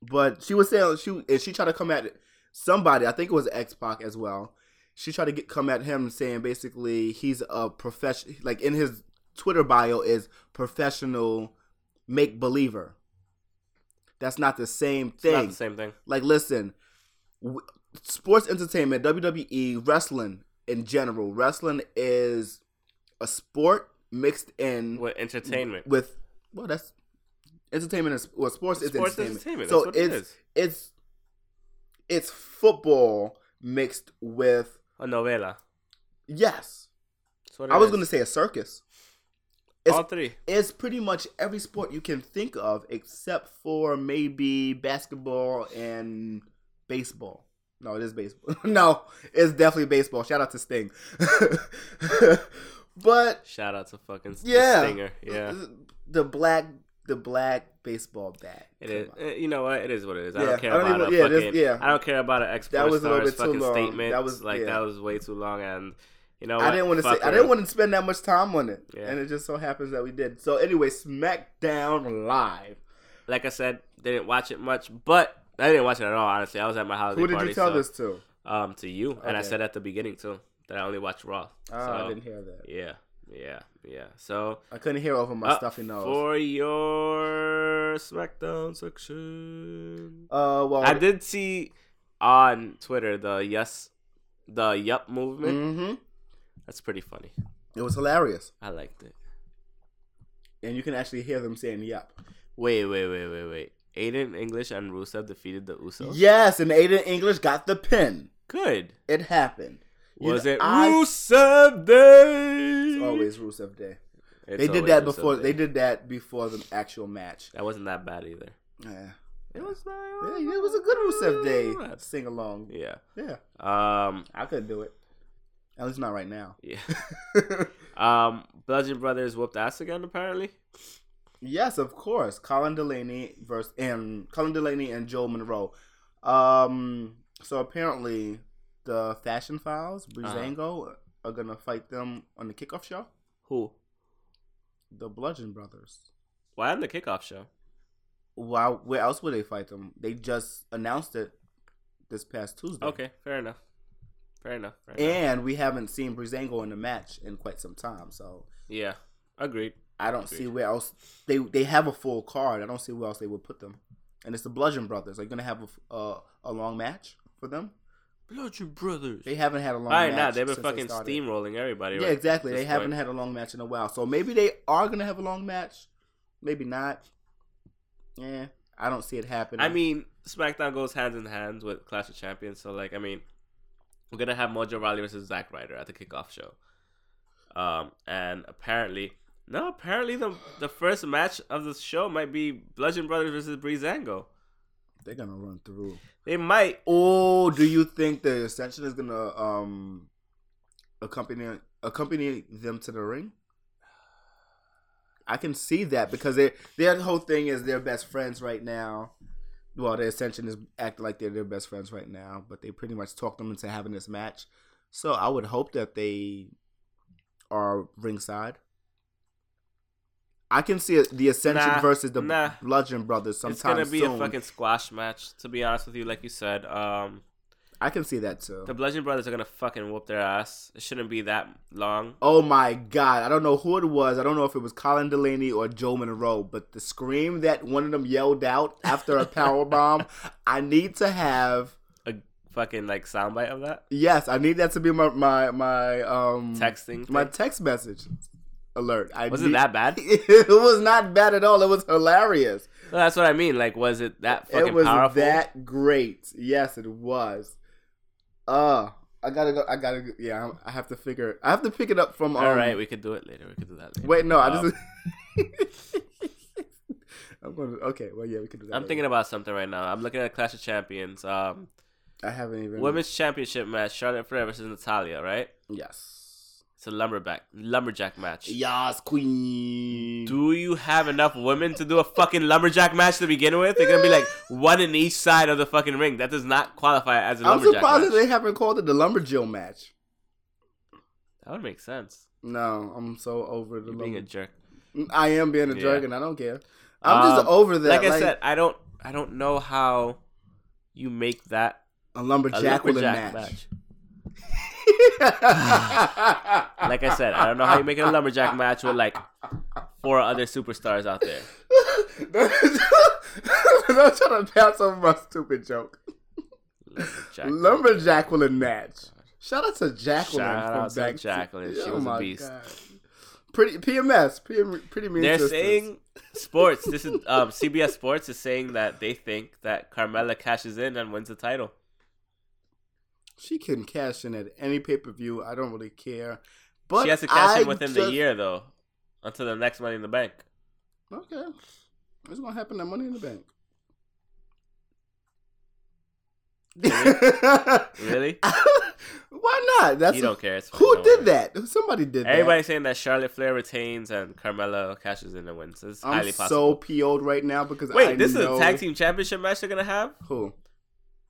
S2: But she was saying she and she tried to come at somebody. I think it was X Pac as well. She tried to get come at him saying basically he's a professional. Like in his Twitter bio is professional make believer. That's not the same
S1: It's
S2: thing.
S1: not the same thing.
S2: Like listen, w- sports entertainment, WWE, wrestling in general. Wrestling is a sport mixed in
S1: With entertainment.
S2: with well that's entertainment is well sports, is
S1: Sports is entertainment,
S2: entertainment.
S1: that's
S2: So
S1: what it
S2: it's
S1: is.
S2: it's it's football mixed with
S1: A novela.
S2: yes.
S1: That's what
S2: I
S1: it
S2: was
S1: is.
S2: gonna say a circus. it's-
S1: All three.
S2: It's pretty much every sport you can think of except for maybe basketball and baseball. No, it is baseball. no, it's definitely baseball. Shout out to Sting. but
S1: Shout out to fucking S-
S2: yeah,
S1: Stinger. Yeah.
S2: the black the black baseball bat.
S1: It
S2: Come
S1: is.
S2: on.
S1: eh, You know what? It is what it is. I
S2: Yeah,
S1: don't care
S2: I don't
S1: about
S2: even-
S1: a
S2: yeah, this-
S1: fucking.
S2: yeah.
S1: I don't care about an ex
S2: That
S1: porn
S2: was a little
S1: star's
S2: bit too
S1: fucking
S2: long.
S1: statement.
S2: That was-
S1: like
S2: yeah.
S1: that was way too long, and you know
S2: I
S1: what?
S2: didn't want to
S1: Fuck
S2: say I
S1: her.
S2: didn't want to spend that much time on it,
S1: Yeah.
S2: and it just so happens that we did. So anyway, SmackDown Live.
S1: like I said, didn't watch it much, but I didn't watch it at all. Honestly, I was at my holiday
S2: Who did
S1: party.
S2: you tell
S1: so,
S2: this to?
S1: Um, to you, and I
S2: Okay.
S1: said at the beginning too that I only watch Raw.
S2: Oh, I
S1: so,
S2: didn't hear that.
S1: yeah, yeah, yeah. So
S2: I couldn't hear over my
S1: up
S2: stuffy nose.
S1: Uh, for your SmackDown section,
S2: uh, well,
S1: I did see on Twitter the yes, the yup movement.
S2: hmm
S1: That's pretty funny.
S2: It was hilarious.
S1: I liked it.
S2: and you can actually hear them saying "yep."
S1: Wait, wait, wait, wait, wait. Aiden English and Rusev defeated the Usos.
S2: Yes, and Aiden English got the pin.
S1: Good.
S2: It happened. You
S1: Was
S2: know,
S1: it
S2: I-
S1: Rusev Day?
S2: It's always Rusev Day.
S1: It's
S2: they did
S1: always
S2: that
S1: Rusev
S2: before.
S1: Day.
S2: They did that before the actual match.
S1: That wasn't that bad either.
S2: Yeah,
S1: It was.
S2: Yeah, it was a good Rusev Day sing along.
S1: Yeah.
S2: Yeah,
S1: Um.
S2: I could do it. At least not right now.
S1: Yeah. Um. Bludgeon Brothers whooped ass again. Apparently.
S2: yes, of course. Colin Delaney versus and Colin Delaney and Joe Monroe. Um. So apparently, the Fashion Files Brizango are gonna fight them on the kickoff show.
S1: Who?
S2: The Bludgeon Brothers.
S1: Why on the kickoff show?
S2: Wow, where else would they fight them? They just announced it this past Tuesday.
S1: Okay. Fair enough. Fair enough. Fair enough.
S2: And we haven't seen Brizango in the match in quite some time, so
S1: Yeah. Agreed.
S2: I don't see where else they they have a full card. I don't see where else they would put them. And it's the Bludgeon Brothers. Are you gonna have a f- a, a long match for them?
S1: Bludgeon Brothers.
S2: They haven't had a long.
S1: All right,
S2: match
S1: nah, they've been
S2: since they
S1: fucking
S2: started.
S1: steamrolling everybody.
S2: Yeah,
S1: right?
S2: exactly. They
S1: This
S2: haven't
S1: point.
S2: had a long match in a while, so maybe they are gonna have a long match. Maybe not. Yeah, I don't see it happening.
S1: I mean, SmackDown goes hands in hands with Clash of Champions, so like, I mean, we're gonna have Mojo Rawley versus Zack Ryder at the kickoff show. Um, and apparently, no, apparently the the first match of the show might be Bludgeon Brothers versus Breezango.
S2: they're gonna run through.
S1: They might.
S2: Oh, do you think the Ascension is gonna um accompany accompany them to the ring? I can see that because they their whole thing is they're best friends right now. Well, the Ascension is acting like they're their best friends right now, but they pretty much talked them into having this match. So I would hope that they are ringside. I can see the Ascension
S1: Nah,
S2: versus the
S1: nah.
S2: Bludgeon Brothers sometime
S1: It's gonna be
S2: soon.
S1: a fucking squash match, to be honest with you. Like you said, um,
S2: I can see that too.
S1: the Bludgeon Brothers are gonna fucking whoop their ass. It shouldn't be that long.
S2: Oh my God. I don't know who it was. I don't know if it was Colin Delaney or Joe Monroe, but the scream that one of them yelled out after a power bomb, I need to have.
S1: A fucking like soundbite of that
S2: Yes, I need that to be my my my um
S1: texting.
S2: my
S1: thing.
S2: text message alert. I
S1: was it
S2: need-
S1: that bad?
S2: it was not bad at all. It was hilarious.
S1: Well, that's what I mean. Like, was it that fucking
S2: it was
S1: powerful?
S2: that great. Yes, it was. Uh I gotta go. I gotta. go- Yeah, I have to figure. I have to pick it up from. Um,
S1: All right, we could do it later. We could do that later.
S2: Wait, no, I
S1: Um,
S2: just. I'm going to. Okay, well, yeah, we can do that.
S1: I'm
S2: later.
S1: thinking about something right now. I'm looking at Clash of Champions. Um,
S2: I haven't even.
S1: women's championship match: Charlotte Flair versus Natalia. Right?
S2: Yes.
S1: It's a lumberjack lumberjack match.
S2: Yas, queen.
S1: Do you have enough women to do a fucking lumberjack match to begin with? They're gonna be like one in each side of the fucking ring. That does not qualify as a
S2: I'm
S1: lumberjack
S2: surprised that
S1: match.
S2: they haven't called it the Lumberjill match.
S1: That would make sense.
S2: No, I'm so over the
S1: You're being a
S2: lumber. Mm,
S1: jerk.
S2: I am being a
S1: Yeah.
S2: jerk, and I don't care. I'm
S1: Um,
S2: just over that.
S1: Like, I said, I don't, I don't know how you make that
S2: a
S1: a
S2: lumberjack, with a
S1: lumberjack
S2: match.
S1: match.
S2: like
S1: like I said, I don't know how you make it a lumberjack match with like four other superstars out there.
S2: I'm trying to pass over my stupid joke.
S1: Lumberjack.
S2: Lumberjack will match. Shout out to Jacqueline
S1: Shout
S2: from
S1: out to
S2: back oh
S1: Jacqueline. She was a
S2: my
S1: beast.
S2: God. Pretty PMS, pretty, pretty mean.
S1: They're
S2: sisters.
S1: saying sports. This is um, CBS Sports is saying that they think that Carmella cashes in and wins the title.
S2: she can cash in at any pay per view. I don't really care. But
S1: she has to cash
S2: I
S1: in within the
S2: just-
S1: year though, until the next Money in the Bank.
S2: Okay, it's gonna happen at Money in the Bank.
S1: Really?
S2: Why not? That's
S1: you don't care. It's fine,
S2: who
S1: don't
S2: did
S1: worry.
S2: that? Somebody did that.
S1: Everybody's saying that Charlotte Flair retains and Carmella cashes in and wins. It's
S2: I'm
S1: highly possible.
S2: so PO'd right now because
S1: Wait,
S2: I
S1: this
S2: know
S1: is a tag team championship match they're gonna have.
S2: Who?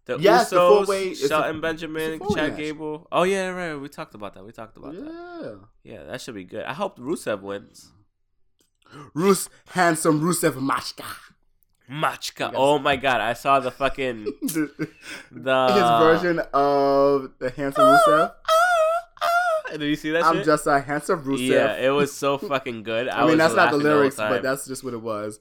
S1: The
S2: Yes, the
S1: Usos,
S2: four-way- it's a-
S1: Shelton
S2: it's
S1: Benjamin,
S2: a four-way
S1: Chad
S2: match.
S1: Gable. Oh yeah, right. We talked about that. We talked about that.
S2: Yeah.
S1: Yeah, that should be good. I hope Rusev wins.
S2: Rus, handsome Rusev Mashka.
S1: Machka. Oh my god, I saw the fucking
S2: The-
S1: the
S2: His version of the handsome Rusev.
S1: Did you see that?
S2: I'm
S1: shit?
S2: just a handsome Rusev.
S1: Yeah, it was so fucking good. I,
S2: I mean,
S1: was
S2: that's not the
S1: laughing whole
S2: lyrics, but
S1: time.
S2: that's just what it was.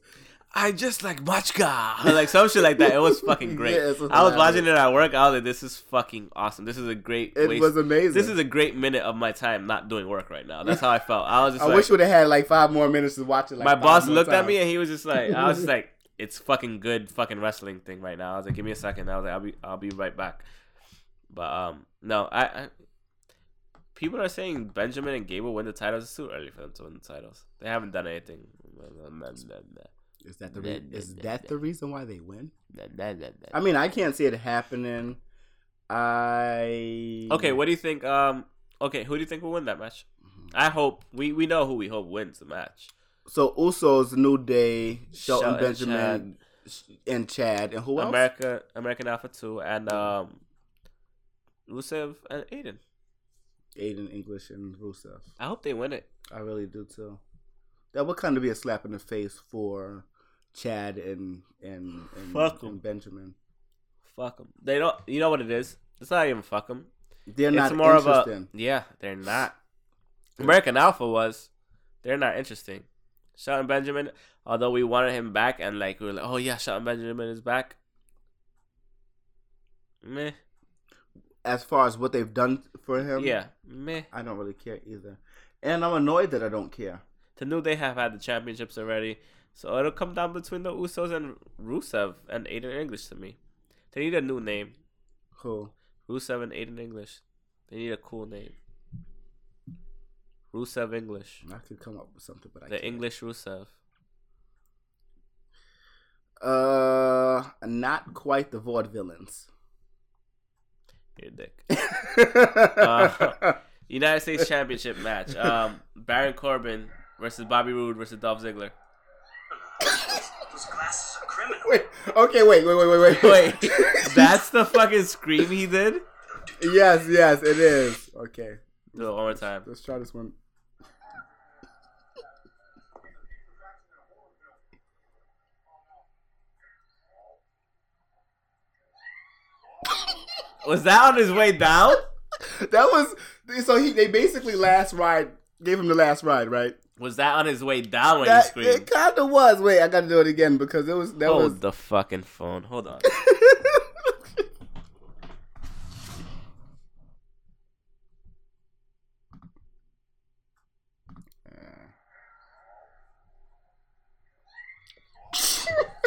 S1: I just like Machka. Like some shit like that. It was fucking great.
S2: Yeah, it's
S1: I was
S2: hilarious.
S1: watching it at work. I was like, this is fucking awesome. This is a great
S2: It
S1: waste.
S2: was amazing.
S1: this is a great minute of my time not doing work right now. That's how I felt. I was just
S2: I
S1: like,
S2: wish would have had like five more minutes to watch it. Like
S1: my
S2: five
S1: boss
S2: more
S1: looked at
S2: times.
S1: me and he was just like, I was just like, it's fucking good, fucking wrestling thing right now. I was like, give me a second. I was like, I'll be, I'll be right back. But um, no, I, I people are saying Benjamin and Gable win the titles. It's too early for them to win the titles. They haven't done anything.
S2: Is that the re-
S1: Nah, nah,
S2: is
S1: nah,
S2: that
S1: nah.
S2: the reason why they win? I mean, I can't see it happening. I
S1: Okay, what do you think? Um, okay, who do you think will win that match?
S2: Mm-hmm.
S1: I hope we we know who we hope wins the match.
S2: So Usos, New Day, Shelton
S1: Shelton,
S2: Benjamin, and Chad, and who else? Mm-hmm.
S1: America, American Alpha Two, and um, Rusev and Aiden.
S2: Aiden English and Rusev.
S1: I hope they win it.
S2: I really do too. That would kind of be a slap in the face for Chad and and and,
S1: Fuck 'em.
S2: and Benjamin.
S1: Fuck them. They don't. You know what it is? It's not even fuck them.
S2: They're
S1: It's
S2: not
S1: more
S2: interesting.
S1: of a yeah. They're not. American Alpha was. They're not interesting. Shelton Benjamin, although we wanted him back and like we were like, oh yeah, Shelton Benjamin is back. Meh.
S2: as far as what they've done for him.
S1: Yeah. Meh.
S2: I don't really care either, and I'm annoyed that I don't care.
S1: The New Day have had the championships already, so it'll come down between the Usos and Rusev and Aiden English to me. They need a new name.
S2: Who?
S1: Rusev and Aiden English. They need a cool name. Rusev English.
S2: I could come up with something, but I
S1: The
S2: can't.
S1: English Rusev.
S2: Uh, not quite the vaudevillains.
S1: Your dick. Uh,
S2: villains.
S1: United States Championship match. Um, Baron Corbin versus Bobby Roode versus Dolph Ziggler.
S3: Those glasses are criminal.
S2: wait, okay, wait, wait, wait, wait,
S1: Wait, that's the fucking scream he did.
S2: yes, yes, it is. Okay,
S1: Do it one more time.
S2: let's try this one.
S1: Was that on his way down?
S2: That was so he. They basically last ride gave him the last ride, right?
S1: Was that on his way down when he
S2: That,
S1: screamed?
S2: it kind of was. Wait, I gotta do it again because it was that
S1: Hold
S2: was.
S1: the fucking phone. Hold on.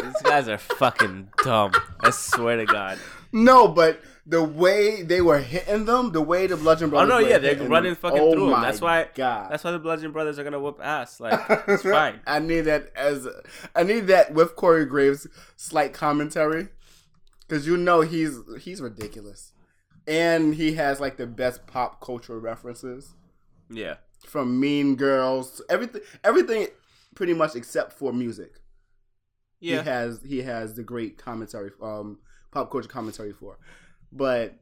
S1: These guys are fucking dumb. I swear to God.
S2: No, but the way they were hitting them, the way the Bludgeon
S1: Oh
S2: Brothers.
S1: no,
S2: were
S1: yeah, they're
S2: hitting
S1: running
S2: them,
S1: fucking
S2: oh
S1: through 'em.
S2: my
S1: That's why.
S2: God.
S1: That's why the Bludgeon Brothers are gonna whoop ass. Like it's fine.
S2: I need that as I need that with Corey Graves' slight commentary, because you know he's he's ridiculous, and he has like the best pop culture references
S1: Yeah.
S2: from Mean Girls, everything, everything, pretty much except for music.
S1: Yeah.
S2: he has he has the great commentary um pop culture commentary for but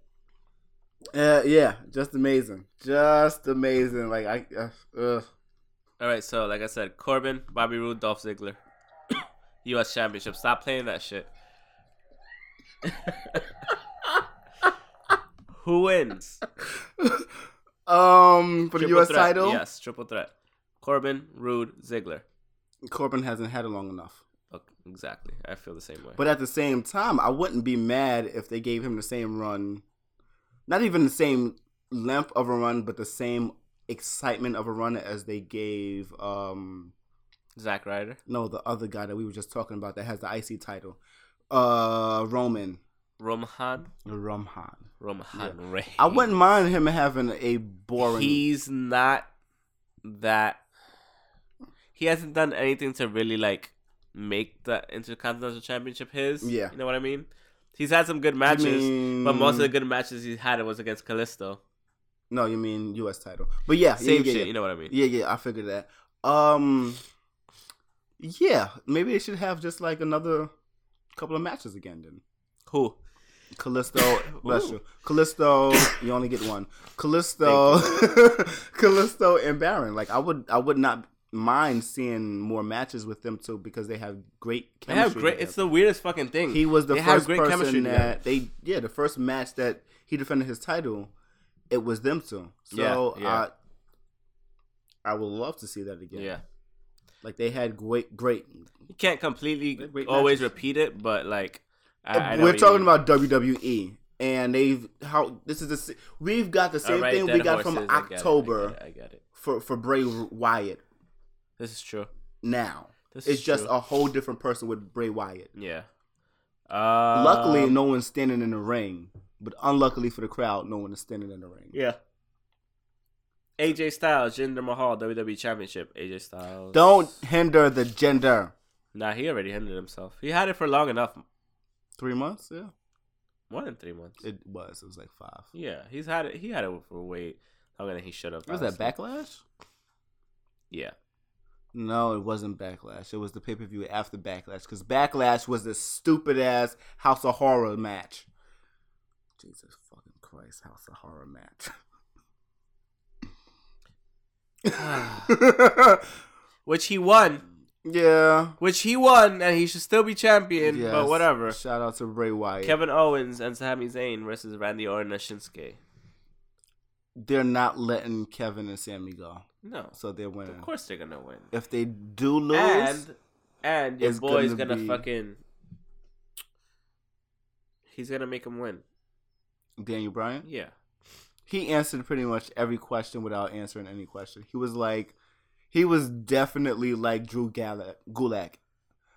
S2: uh, yeah just amazing just amazing like i uh, ugh.
S1: All right. So like I said, Corbin, Bobby Roode, Dolph Ziggler, U.S. Championship. Stop playing that shit. Who wins?
S2: um for the
S1: Triple
S2: us
S1: threat.
S2: title
S1: Yes, triple threat. Corbin, Rude, Ziggler.
S2: corbin hasn't had it long enough
S1: Okay, exactly. I feel the same way.
S2: but at the same time i wouldn't be mad if they gave him the same run not even the same length of a run but the same excitement of a run as they gave um
S1: Zack Ryder,
S2: no the other guy that we were just talking about that has the icy title uh roman
S1: Romahan,
S2: Rumhan.
S1: Romahan Reigns.
S2: I wouldn't mind him having a boring.
S1: He's not that. He hasn't done anything to really like make the Intercontinental Championship his.
S2: Yeah.
S1: you know what I mean. He's had some good
S2: You
S1: matches,
S2: mean-
S1: but most of the good matches he had was against Callisto.
S2: no, you mean U.S. title, but yeah,
S1: Same
S2: yeah, yeah,
S1: shit,
S2: Yeah.
S1: you know what I mean.
S2: yeah, yeah, I figured that. Um, yeah, maybe they should have just like another couple of matches again then.
S1: Who?
S2: Callisto, bless you. Callisto, you only get one. Callisto,
S1: Thank
S2: Callisto and Baron. Like I would, I would not mind seeing more matches with them too because they have great.
S1: They
S2: Chemistry
S1: have great.
S2: together.
S1: It's the weirdest fucking thing.
S2: He was the
S1: They have
S2: first
S1: great chemistry
S2: person
S1: together.
S2: that they yeah the first match that he defended his title, it was them two. So
S1: Yeah, yeah.
S2: I I would love to see that again.
S1: Yeah.
S2: Like they had great, great.
S1: You can't completely
S2: Wait, wait,
S1: always
S2: matches.
S1: repeat it, but like I, I know
S2: We're
S1: what you
S2: talking
S1: mean.
S2: about WWE, and they've how this is the s- we've got the same
S1: Alright,
S2: thing we
S1: Dead
S2: got from
S1: Horses, I get it, I get
S2: October
S1: it, I get it.
S2: for for Bray Wyatt.
S1: This is true.
S2: Now
S1: This
S2: it's
S1: is
S2: just
S1: true.
S2: a whole different person with Bray Wyatt.
S1: yeah. Uh,
S2: Luckily, no one's standing in the ring, but unluckily for the crowd, no one is standing in the ring.
S1: Yeah. AJ Styles, Jinder Mahal, WWE Championship. AJ Styles.
S2: Don't hinder the gender.
S1: Nah, he already hindered himself. He had it for long enough,
S2: Three months, yeah,
S1: more than three months.
S2: it was. It was like five.
S1: yeah, he's had it. He had it for way longer than he should have.
S2: Was that
S1: honestly.
S2: backlash?
S1: Yeah.
S2: No, it wasn't Backlash. It was the pay per view after Backlash because Backlash was this stupid ass House of Horror match. Jesus fucking Christ, House of Horror match.
S1: Which he won.
S2: yeah.
S1: Which he won, and he should still be champion. But
S2: Yes.
S1: whatever.
S2: Shout out to Bray Wyatt.
S1: Kevin Owens and Sami Zayn versus Randy Orton and Shinsuke.
S2: They're not letting Kevin and Sammy go,
S1: No,
S2: so they're
S1: of
S2: winning.
S1: course they're gonna win.
S2: If they do lose,
S1: and and your
S2: it's
S1: boy's
S2: gonna
S1: gonna,
S2: be-
S1: fucking. He's gonna make him win.
S2: Daniel Bryan.
S1: Yeah.
S2: he answered pretty much every question without answering any question. He was like, he was definitely like Drew Gala- Gulak.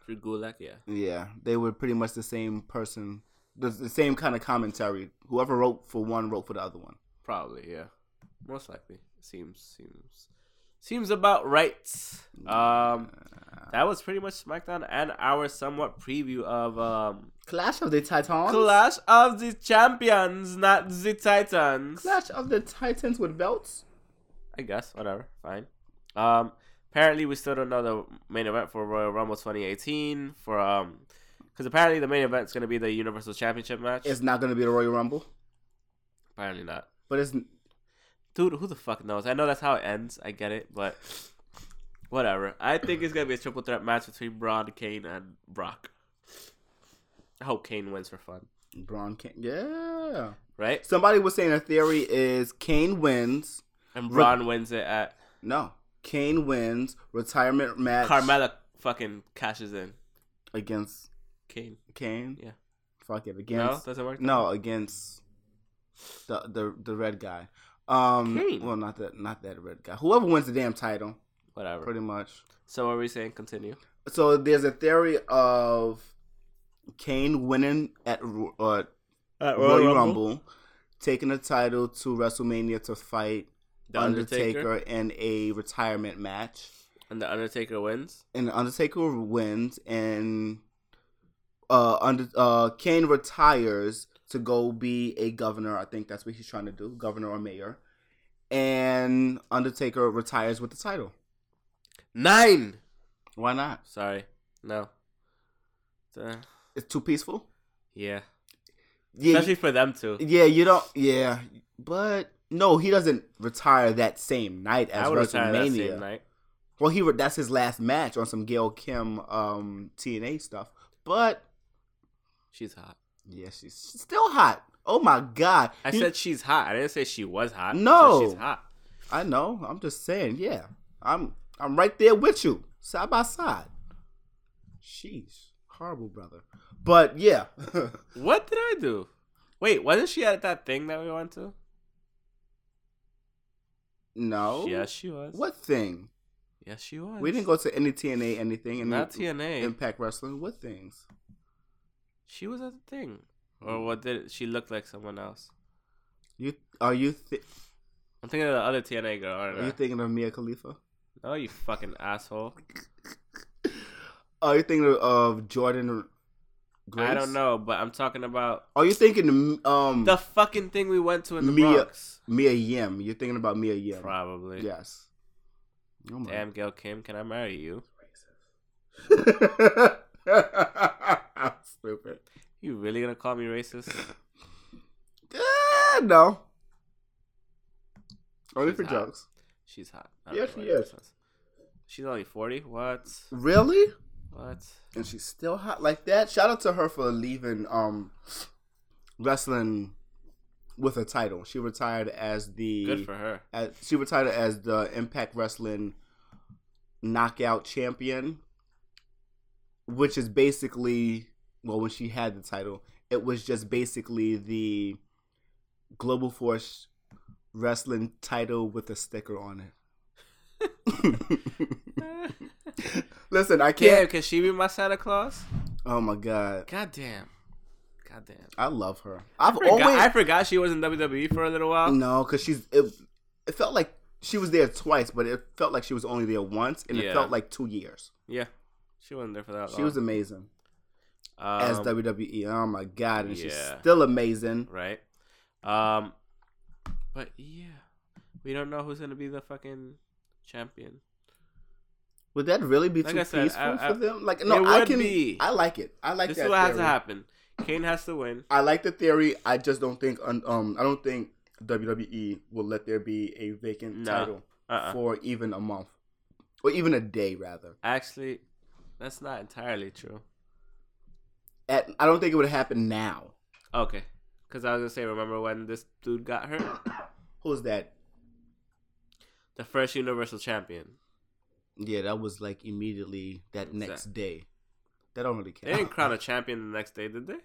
S1: Drew Gulak, yeah.
S2: Yeah, they were pretty much the same person, the, the same kind of commentary. Whoever wrote for one wrote for the other one.
S1: Probably, yeah. Most likely. Seems seems seems about right. Um that was pretty much SmackDown and our somewhat preview of um
S2: Clash of the Titans.
S1: Clash of the Champions, not the Titans.
S2: Clash of the Titans with belts.
S1: I guess, whatever, fine. Um apparently we still don't know the main event for Royal Rumble 2018 for um cuz apparently the main event's going to be the Universal Championship match.
S2: It's not gonna be the Royal Rumble,
S1: apparently not.
S2: but it's
S1: Dude, who the fuck knows? I know that's how it ends. I get it, but whatever. I think it's gonna be a triple threat match between Braun, Kane, and Brock. I hope Kane wins for fun,
S2: Braun. Can- yeah.
S1: right?
S2: Somebody was saying a theory is Kane wins.
S1: And Braun wins it at
S2: No, Kane wins retirement match
S1: Carmella. Fucking cashes in
S2: against
S1: Kane.
S2: Kane.
S1: Yeah.
S2: Fuck it.
S1: No,
S2: Against
S1: doesn't work.
S2: no, against the the the red guy. Um
S1: Kane.
S2: well not that not that red guy. Whoever wins the damn title,
S1: Whatever.
S2: pretty much.
S1: So what are we saying? Continue.
S2: So there's a theory of Kane winning at Ro- uh, Royal, Rumble. taking the title to WrestleMania to fight
S1: The Undertaker.
S2: Undertaker in a retirement match.
S1: and the Undertaker wins.
S2: and the Undertaker wins, and uh, under uh, Kane retires to go be a governor. I think that's what he's trying to do, governor or mayor. And Undertaker retires with the title.
S1: Nine.
S2: Why not?
S1: Sorry. No. Uh,
S2: It's too peaceful.
S1: yeah.
S2: Yeah,
S1: Especially for them too.
S2: yeah. You don't. Yeah, but no, he doesn't retire that same night as
S1: I would retire that
S2: WrestleMania.
S1: same night.
S2: Well, he re- that's his last match on some Gail Kim um, TNA stuff. But
S1: She's hot.
S2: yeah, she's still hot. Oh my god!
S1: I
S2: You-
S1: said she's hot. I didn't say she was hot. I said
S2: No.
S1: she's hot.
S2: I know. I'm just saying. Yeah, I'm. I'm right there with you, side by side. Sheesh, horrible brother. But yeah,
S1: What did I do? Wait, wasn't she at that thing that we went to?
S2: no.
S1: Yes, she was.
S2: What thing?
S1: Yes, she was.
S2: We didn't go to any TNA anything. And
S1: Not TNA.
S2: Impact Wrestling. What things?
S1: She was at the thing,
S2: Hmm.
S1: or what did she look like? Someone else.
S2: You are you thi-
S1: I'm thinking of the other TNA girl. Aren't
S2: are you
S1: I?
S2: thinking of Mia Khalifa?
S1: oh, you fucking asshole!
S2: Are you thinking of Jordan? Grace?
S1: I don't know, but I'm talking about
S2: Are you thinking um
S1: the fucking thing we went to in the
S2: Mia-
S1: Bronx.
S2: Mia Yim? You're thinking about Mia Yim?
S1: Probably.
S2: Yes. Oh my
S1: Damn, Gail Kim, can I marry you?
S2: Stupid.
S1: You really gonna call me racist?
S2: Eh, no. Only
S1: She's
S2: for
S1: hot.
S2: jokes.
S1: She's hot. I don't
S2: Yeah,
S1: know
S2: she
S1: why
S2: is.
S1: that's- She's only forty. What?
S2: Really?
S1: What?
S2: And she's still hot like that. Shout out to her for leaving um wrestling with a title. She retired as the
S1: Good for her.
S2: as, she retired as the Impact Wrestling knockout champion, which is basically well, when she had the title, it was just basically the Global Force Wrestling title with a sticker on it. Listen, I
S1: Yeah,
S2: can't.
S1: can she be my Santa Claus?
S2: Oh my god,
S1: God damn. God damn.
S2: I love her. I've
S1: Forgot-
S2: always
S1: I forgot she was in WWE for a little while.
S2: No, because she's. It, it felt like she was there twice, but it felt like she was only there once, and
S1: Yeah.
S2: it felt like two years.
S1: Yeah, she wasn't there for that long.
S2: She was amazing
S1: Uh, um,
S2: as WWE. Oh my god, and she's
S1: yeah.
S2: still amazing.
S1: right. Um, but yeah, we don't know who's gonna be the fucking champion.
S2: Would that really be
S1: Like
S2: too
S1: I said,
S2: peaceful
S1: I- I-
S2: for them? Like, no,
S1: It
S2: I
S1: would
S2: can.
S1: be.
S2: I like it. I like
S1: this
S2: that.
S1: is what has to
S2: theory.
S1: happen. Kane has to win.
S2: I like the theory. I just don't think. un- Um, I don't think WWE will let there be a vacant
S1: No.
S2: title
S1: Uh-uh.
S2: for even a month, or even a day, rather.
S1: Actually, that's not entirely true.
S2: At, I don't think it would happen now.
S1: Okay, because I was gonna say, remember when this dude got hurt?
S2: Who's that?
S1: The first Universal Champion.
S2: Yeah, that was like immediately that next day. That don't really
S1: They
S2: count.
S1: didn't crown a champion the next day, did they?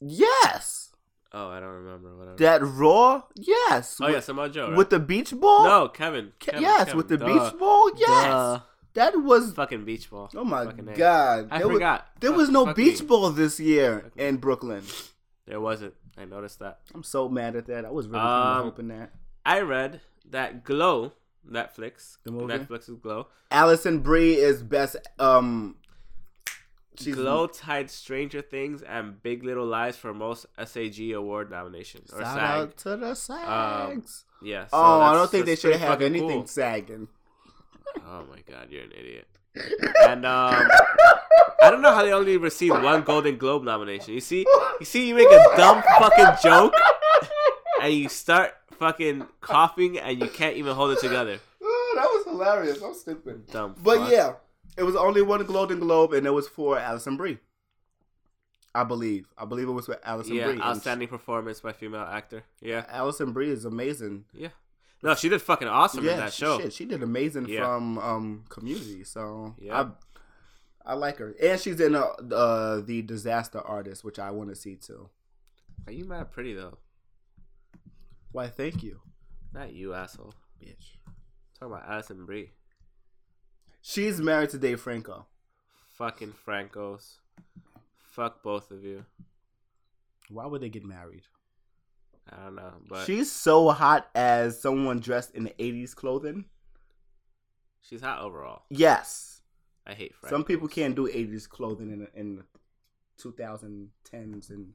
S2: Yes,
S1: Oh, I don't remember. Whatever.
S2: that Raw. Yes.
S1: oh
S2: with,
S1: yeah, Samoa Joe. Right?
S2: with the beach ball.
S1: no, Kevin.
S2: Ke-
S1: Kevin,
S2: yes,
S1: Kevin,
S2: with the
S1: duh.
S2: beach ball. Yes,
S1: Duh.
S2: that was.
S1: Fucking beach ball.
S2: Oh my
S1: Fucking A.
S2: god,
S1: I
S2: there was,
S1: forgot.
S2: there
S1: Fuck-
S2: was no
S1: fuck
S2: beach
S1: me.
S2: ball this year
S1: Fuck me.
S2: in Brooklyn.
S1: There wasn't. I noticed that.
S2: I'm so mad at that. I was really kinda
S1: Um,
S2: hoping that
S1: I read that Glow Netflix.
S2: The movie?
S1: Netflix's Glow.
S2: Allison Brie is best. Um, she's
S1: Glow tied Stranger Things and Big Little Lies for most SAG award nomination or
S2: Shout
S1: SAG.
S2: out to the SAGs.
S1: Yeah. so
S2: oh, I
S1: that's-
S2: don't think they
S1: that's
S2: should
S1: pretty
S2: have
S1: fucking
S2: anything
S1: cool.
S2: sagging.
S1: Oh my god, you're an idiot. And um, I don't know how they only received one Golden Globe nomination. You see, you see, you make a dumb fucking joke and you start fucking coughing and you can't even hold it together.
S2: Oh, that was hilarious. I'm stupid.
S1: Dumb.
S2: But
S1: fuck.
S2: yeah, it was only one Golden Globe, and it was for Allison Brie. I believe. I believe it was for Allison
S1: yeah,
S2: Brie. and
S1: outstanding performance by female actor. Yeah,
S2: she- Allison Brie is amazing.
S1: yeah. No, she did fucking awesome
S2: yeah,
S1: in that
S2: she-
S1: show.
S2: shit, she did amazing
S1: Yeah.
S2: from um Community. So
S1: Yeah.
S2: I, I like her, and she's in uh, uh the Disaster Artist, which I want to see too.
S1: Are you mad pretty though?
S2: Why? Thank you,
S1: Not you, asshole.
S2: bitch.
S1: talking about Allison Brie.
S2: She's married to Dave Franco.
S1: Fucking Francos. Fuck both of you.
S2: Why would they get married?
S1: I don't know, but
S2: She's so hot as someone dressed in the '80s clothing.
S1: she's hot overall.
S2: Yes.
S1: I hate Francos.
S2: Some people can't do 80s clothing in in 2010s and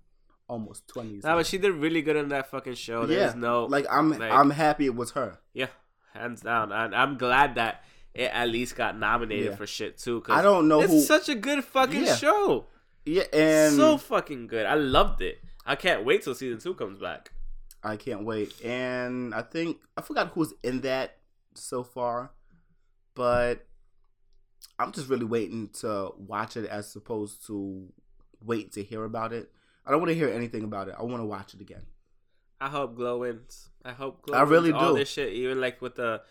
S2: almost 20s.
S1: Nah, but she did really good in that fucking show. There's no
S2: like I'm
S1: like-
S2: I'm happy it was her.
S1: yeah, hands down. And I'm glad that it at least got nominated
S2: Yeah.
S1: for shit too. Cause
S2: I don't know
S1: it's
S2: who.
S1: such a good fucking
S2: Yeah.
S1: show.
S2: yeah, and
S1: so fucking good. I loved it. I can't wait till season two comes back.
S2: I can't wait. And I think I forgot who's in that so far, but I'm just really waiting to watch it as opposed to wait to hear about it. I don't want to hear anything about it. I want to watch it again.
S1: I hope Glow wins. I hope Glow.
S2: I really
S1: wins all
S2: do.
S1: this shit, even like with the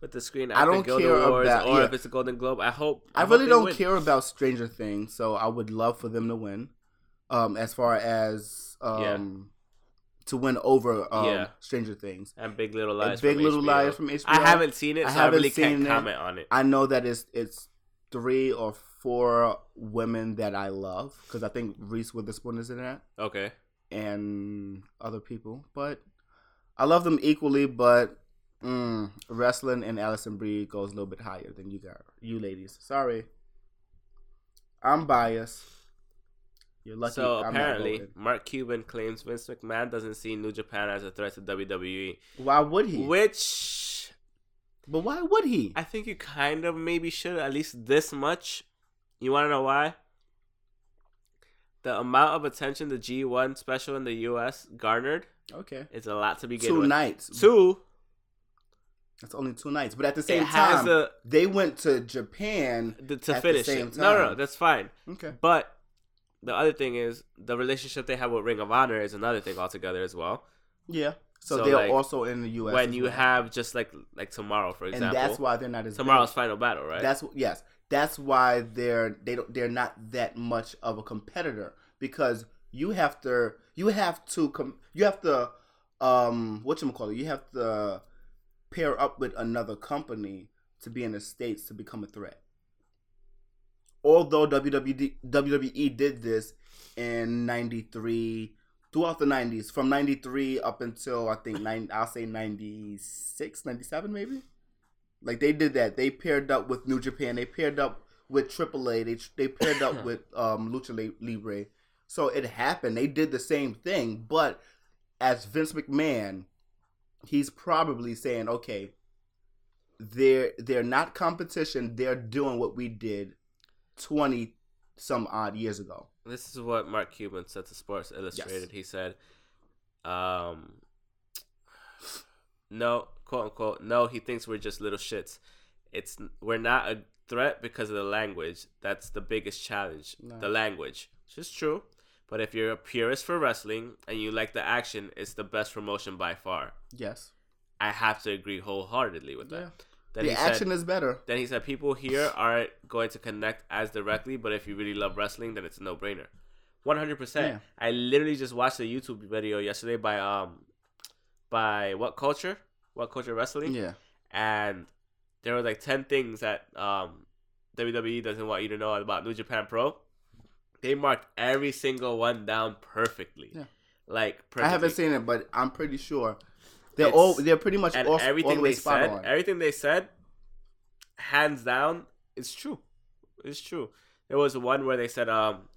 S1: with the Screen
S2: I
S1: Actor
S2: don't
S1: Guild
S2: care
S1: Awards
S2: about-
S1: or
S2: yeah.
S1: if it's a Golden Globe. I hope.
S2: I
S1: hope
S2: really
S1: they
S2: don't
S1: win.
S2: care about Stranger Things, so I would love for them to win. Um, as far as um, to win over um,
S1: Yeah.
S2: Stranger Things,
S1: And Big Little
S2: And
S1: Lies.
S2: Big
S1: from
S2: Little
S1: HBO.
S2: Lies from HBO.
S1: I haven't seen it, so
S2: I
S1: I,
S2: haven't
S1: really can't
S2: seen it.
S1: comment on it.
S2: I know that it's it's three or four women that I love because I think Reese Witherspoon is in that
S1: Okay.
S2: and other people, but I love them equally. But mm, wrestling and Allison Brie goes a little bit higher than you got, you ladies. Sorry, I'm biased. You're lucky.
S1: so
S2: I'm not
S1: apparently,
S2: voting.
S1: Mark Cuban claims Vince McMahon doesn't see New Japan as a threat to WWE,
S2: why would he?
S1: which
S2: but why would he?
S1: I think you kind of maybe should at least this much. You want to know why? The amount of attention the G1 special in the U.S. garnered
S2: okay,
S1: is a lot to begin
S2: two
S1: with.
S2: nights.
S1: Two,
S2: It's only two nights, but at the
S1: it
S2: same
S1: has
S2: time,
S1: a-
S2: they went to Japan.
S1: the, to
S2: At the
S1: finish
S2: same
S1: it. No, no, no,
S2: time.
S1: that's fine.
S2: Okay.
S1: But the other thing is the relationship they have with Ring of Honor is another thing altogether as well.
S2: Yeah. So,
S1: So,
S2: they're
S1: like,
S2: also in the U.S.
S1: when
S2: as
S1: you
S2: well.
S1: have just like like tomorrow, for
S2: and
S1: example.
S2: that's why they're not as big.
S1: tomorrow's final battle, right?
S2: That's yes. That's why they're they don't they're not that much of a competitor because you have to you have to com- you have to um what you call it you have to pair up with another company to be in the states to become a threat. Although WWD, WWE E did this in '93 throughout the '90s, from '93 up until I think nine, I'll say '96, '97 maybe. Like they did that. They paired up with New Japan. They paired up with AAA. They they paired up with um, Lucha Li- Libre. So it happened. They did the same thing, but as Vince McMahon, he's probably saying, "Okay, they're they're not competition. They're doing what we did twenty some odd years ago."
S1: this is what Mark Cuban said to Sports Illustrated. He said, um, "No, quote unquote, no. He thinks we're just little shits. It's we're not a threat because of the language. That's the biggest challenge.
S2: No.
S1: The language, which is true. But if you're a purist for wrestling and you like the action, it's the best promotion by far.
S2: Yes,
S1: I have to agree wholeheartedly with that.
S2: Yeah.
S1: Then he
S2: the
S1: said-
S2: action is better.
S1: then he said people here aren't going to connect as directly, but if you really love wrestling, then it's a no brainer. One hundred
S2: Yeah.
S1: percent. I literally just watched a YouTube video yesterday by um by what culture? What culture wrestling?
S2: Yeah,
S1: And there were like ten things that um WWE doesn't want you to know about New Japan Pro. They marked every single one down perfectly.
S2: Yeah.
S1: Like perfectly.
S2: I haven't seen it, but I'm pretty sure they're
S1: It's-
S2: all they're pretty much
S1: and
S2: all,
S1: everything
S2: all the way
S1: they
S2: spot
S1: said,
S2: on.
S1: everything they said, hands down, it's true. It's true. There was one where they said, um,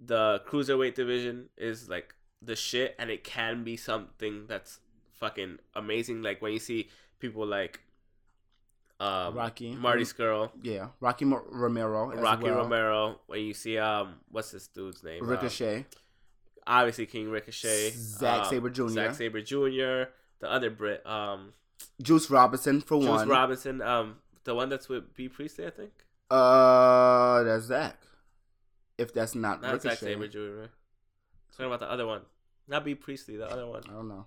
S1: the cruiserweight division is like the shit, and it can be something that's fucking amazing. Like when you see people like, um,
S2: Rocky.
S1: Marty Skrull,
S2: yeah, Rocky Mo- Romero, as
S1: Rocky
S2: well.
S1: Romero. When you see, um, what's this dude's name? Um,
S2: Ricochet,
S1: obviously King Ricochet,
S2: Zack
S1: um,
S2: Sabre Jr.
S1: Zack Saber Jr. The other Brit, um,
S2: Juice Robinson for
S1: Juice
S2: one.
S1: Robinson, um, the one that's with B Priestley, I think.
S2: uh, that's Zach. If that's not,
S1: Not Zack
S2: Ricochet,
S1: Saber Jr. Talking about the other one, not B Priestley, the other one.
S2: I don't know.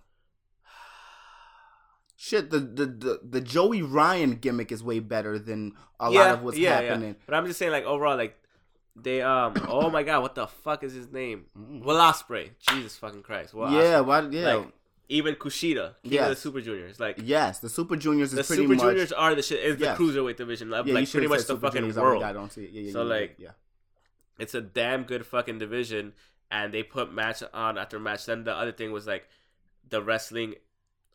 S2: Shit, the, the the the Joey Ryan gimmick is way better than a lot of what's happening.
S1: But I'm just saying, like overall, like they, um, oh my god, what the fuck is his name?
S2: Mm.
S1: Will Osprey, Jesus fucking Christ, Will
S2: yeah,
S1: Ospreay.
S2: why? Yeah,
S1: like even Kushida, King of the
S2: Yes.
S1: Super Juniors, like.
S2: yes. The Super Juniors is
S1: The
S2: pretty
S1: Super
S2: much.
S1: Juniors are the shit. Is the
S2: Yes.
S1: cruiserweight division, like,
S2: yeah, you
S1: like
S2: should
S1: pretty
S2: have
S1: much
S2: said
S1: the
S2: Super
S1: fucking
S2: Juniors. I
S1: world.
S2: forgot, I don't see it. Yeah, yeah,
S1: So,
S2: yeah,
S1: like,
S2: yeah.
S1: it's a damn good fucking division and they put match on after match then the other thing was like the wrestling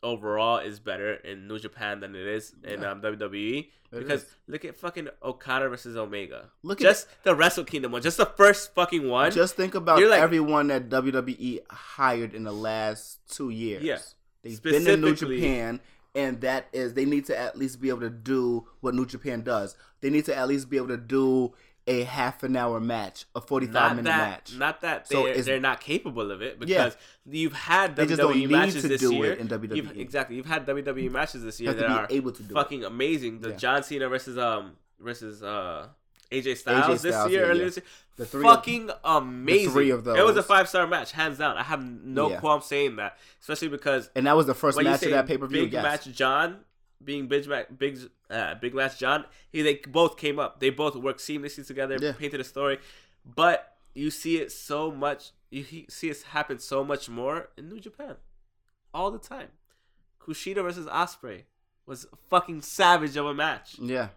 S1: overall is better in new japan than it is in
S2: Yeah.
S1: um, wwe
S2: It
S1: because
S2: is.
S1: look at fucking okada versus omega
S2: Look at
S1: just the wrestle kingdom one just the first fucking one
S2: Just think about
S1: You're like-
S2: everyone that WWE hired in the last two years.
S1: Yeah.
S2: They've been in New
S1: Specifically-
S2: Japan, and that is they need to at least be able to do what New Japan does. They need to at least be able to do a half an hour match, a forty five
S1: not
S2: minute
S1: that,
S2: match.
S1: not that
S2: So
S1: they're,
S2: it's-
S1: they're not capable of it
S2: Yeah.
S1: because you've had
S2: They
S1: WWE
S2: just don't need
S1: matches
S2: to
S1: this
S2: do
S1: year.
S2: it in WWE.
S1: You've- exactly, you've had WWE matches this year
S2: Have to
S1: that are
S2: be able to do it.
S1: fucking amazing. The
S2: Yeah.
S1: John Cena versus um versus uh AJ Styles this
S2: Styles,
S1: year,
S2: yeah,
S1: earlier
S2: yeah.
S1: this year,
S2: The three of-
S1: fucking amazing.
S2: three of
S1: It was a
S2: those.
S1: five star match, hands down. I have no
S2: Yeah.
S1: qualm saying that, especially because
S2: and that was the first
S1: when you
S2: match
S1: say
S2: of that pay per view.
S1: big
S2: Yes.
S1: match John being big match big uh, big match John, he they both came up. They both worked seamlessly together,
S2: Yeah.
S1: painted a story, but you see it so much. You he- see it happen so much more in New Japan, all the time. Kushida versus Osprey was a fucking savage of a match.
S2: Yeah.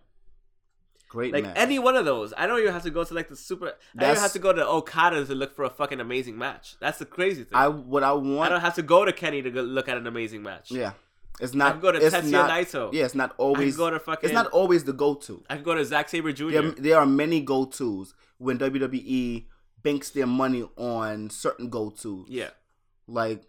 S2: Great
S1: Like
S2: match.
S1: any one of those, I don't even have to go to like the super. I don't even
S2: That's-
S1: have to go to Okada to look for a fucking amazing match. That's the crazy thing.
S2: I
S1: I,
S2: what I want.
S1: don't have to go to Kenny to go look at an amazing match.
S2: yeah. It's
S1: I
S2: not.
S1: can go to
S2: it's
S1: Tetsuya
S2: not,
S1: Naito.
S2: Yeah, it's not
S1: I can
S2: always.
S1: go to fucking.
S2: it's not always the go to.
S1: I could go to Zack Saber Jr.
S2: There, there are many go tos when WWE banks their money on certain go tos.
S1: yeah,
S2: Like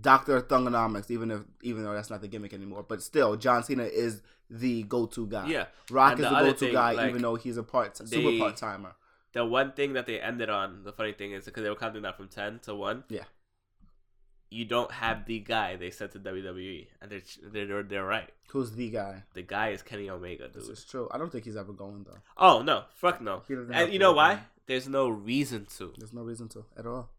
S2: Doctor Thungonomics, even if even though that's not the gimmick anymore, but still, John Cena is the go to guy.
S1: yeah.
S2: Rock
S1: And
S2: is
S1: the
S2: the,
S1: other
S2: go to
S1: thing,
S2: guy,
S1: like,
S2: even though he's a part super
S1: they-
S2: part timer.
S1: The one thing that they ended on, the funny thing is because they were counting that from ten to one.
S2: Yeah.
S1: You don't have the guy they said to WWE, and they're they're they're, they're right.
S2: Who's the guy?
S1: The guy is Kenny Omega, dude.
S2: This is true. I don't think he's ever going though.
S1: Oh no, fuck no.
S2: He doesn't have
S1: And you
S2: to
S1: know
S2: work
S1: why?
S2: on it.
S1: There's no reason to.
S2: There's no reason to at all.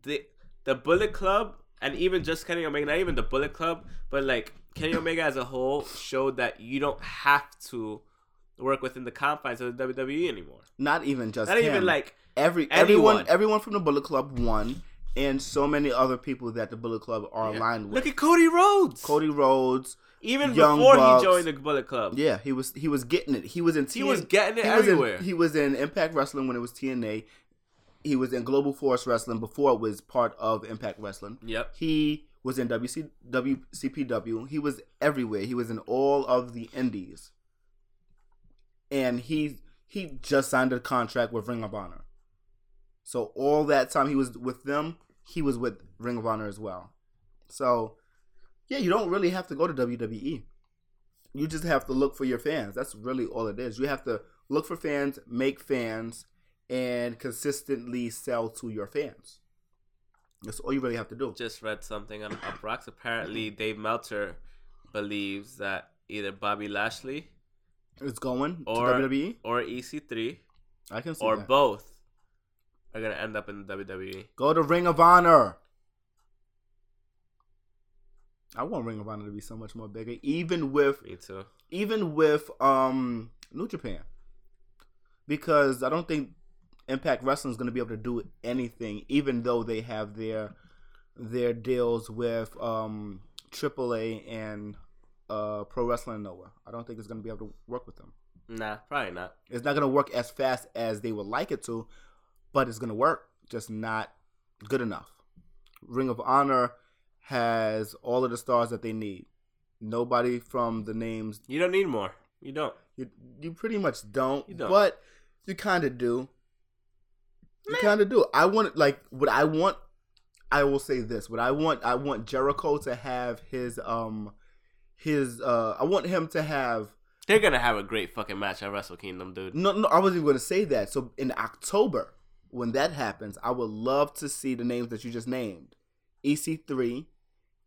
S1: The the Bullet Club and even just Kenny Omega, not even the Bullet Club, but like Kenny Omega as a whole showed that you don't have to work within the confines of the WWE anymore.
S2: Not even just
S1: Not
S2: him.
S1: even like
S2: every
S1: anyone.
S2: everyone everyone from the Bullet Club won, and so many other people that the Bullet Club are aligned with.
S1: look at Cody Rhodes.
S2: Cody Rhodes.
S1: even
S2: Young
S1: before
S2: Bucks.
S1: he joined the Bullet Club.
S2: Yeah, he was he was getting it. He was in TNA.
S1: He was getting it
S2: he was in-
S1: everywhere.
S2: he was in Impact Wrestling when it was TNA. He was in Global Force Wrestling before it was part of Impact Wrestling.
S1: Yep.
S2: He was in WC, WCPW. He was everywhere. He was in all of the indies. And he he just signed a contract with Ring of Honor. So all that time he was with them, he was with Ring of Honor as well. So yeah, you don't really have to go to WWE. You just have to look for your fans. That's really all it is. You have to look for fans, make fans, and consistently sell to your fans. That's all you really have to do.
S1: Just read something on Up Rocks. Apparently, Dave Meltzer believes that either Bobby Lashley
S2: It's going
S1: Or-
S2: to WWE.
S1: or EC3
S2: I can E? see
S1: or
S2: that.
S1: both are gonna end up in the E. WWE.
S2: Go to Ring of Honor. I want Ring of Honor to be so much more bigger, even with
S1: Me too.
S2: even with um New Japan, because I don't think Impact Wrestling is going to be able to do anything, even though they have their their deals with um AAA and uh Pro Wrestling Noah. I don't think it's going to be able to work with them.
S1: Nah, probably not.
S2: It's not going to work as fast as they would like it to, but it's going to work, just not good enough. Ring of Honor has all of the stars that they need. Nobody from the names
S1: You don't need more. You don't.
S2: you, you pretty much don't,
S1: You don't.
S2: but you kind of do. You kind of do. I want like what I want. I will say this: what I want, I want Jericho to have his um his uh. I want him to have
S1: They're gonna have a great fucking match at Wrestle Kingdom, dude.
S2: no, no, I wasn't even going to say that. So in October, when that happens, I would love to see the names that you just named, EC3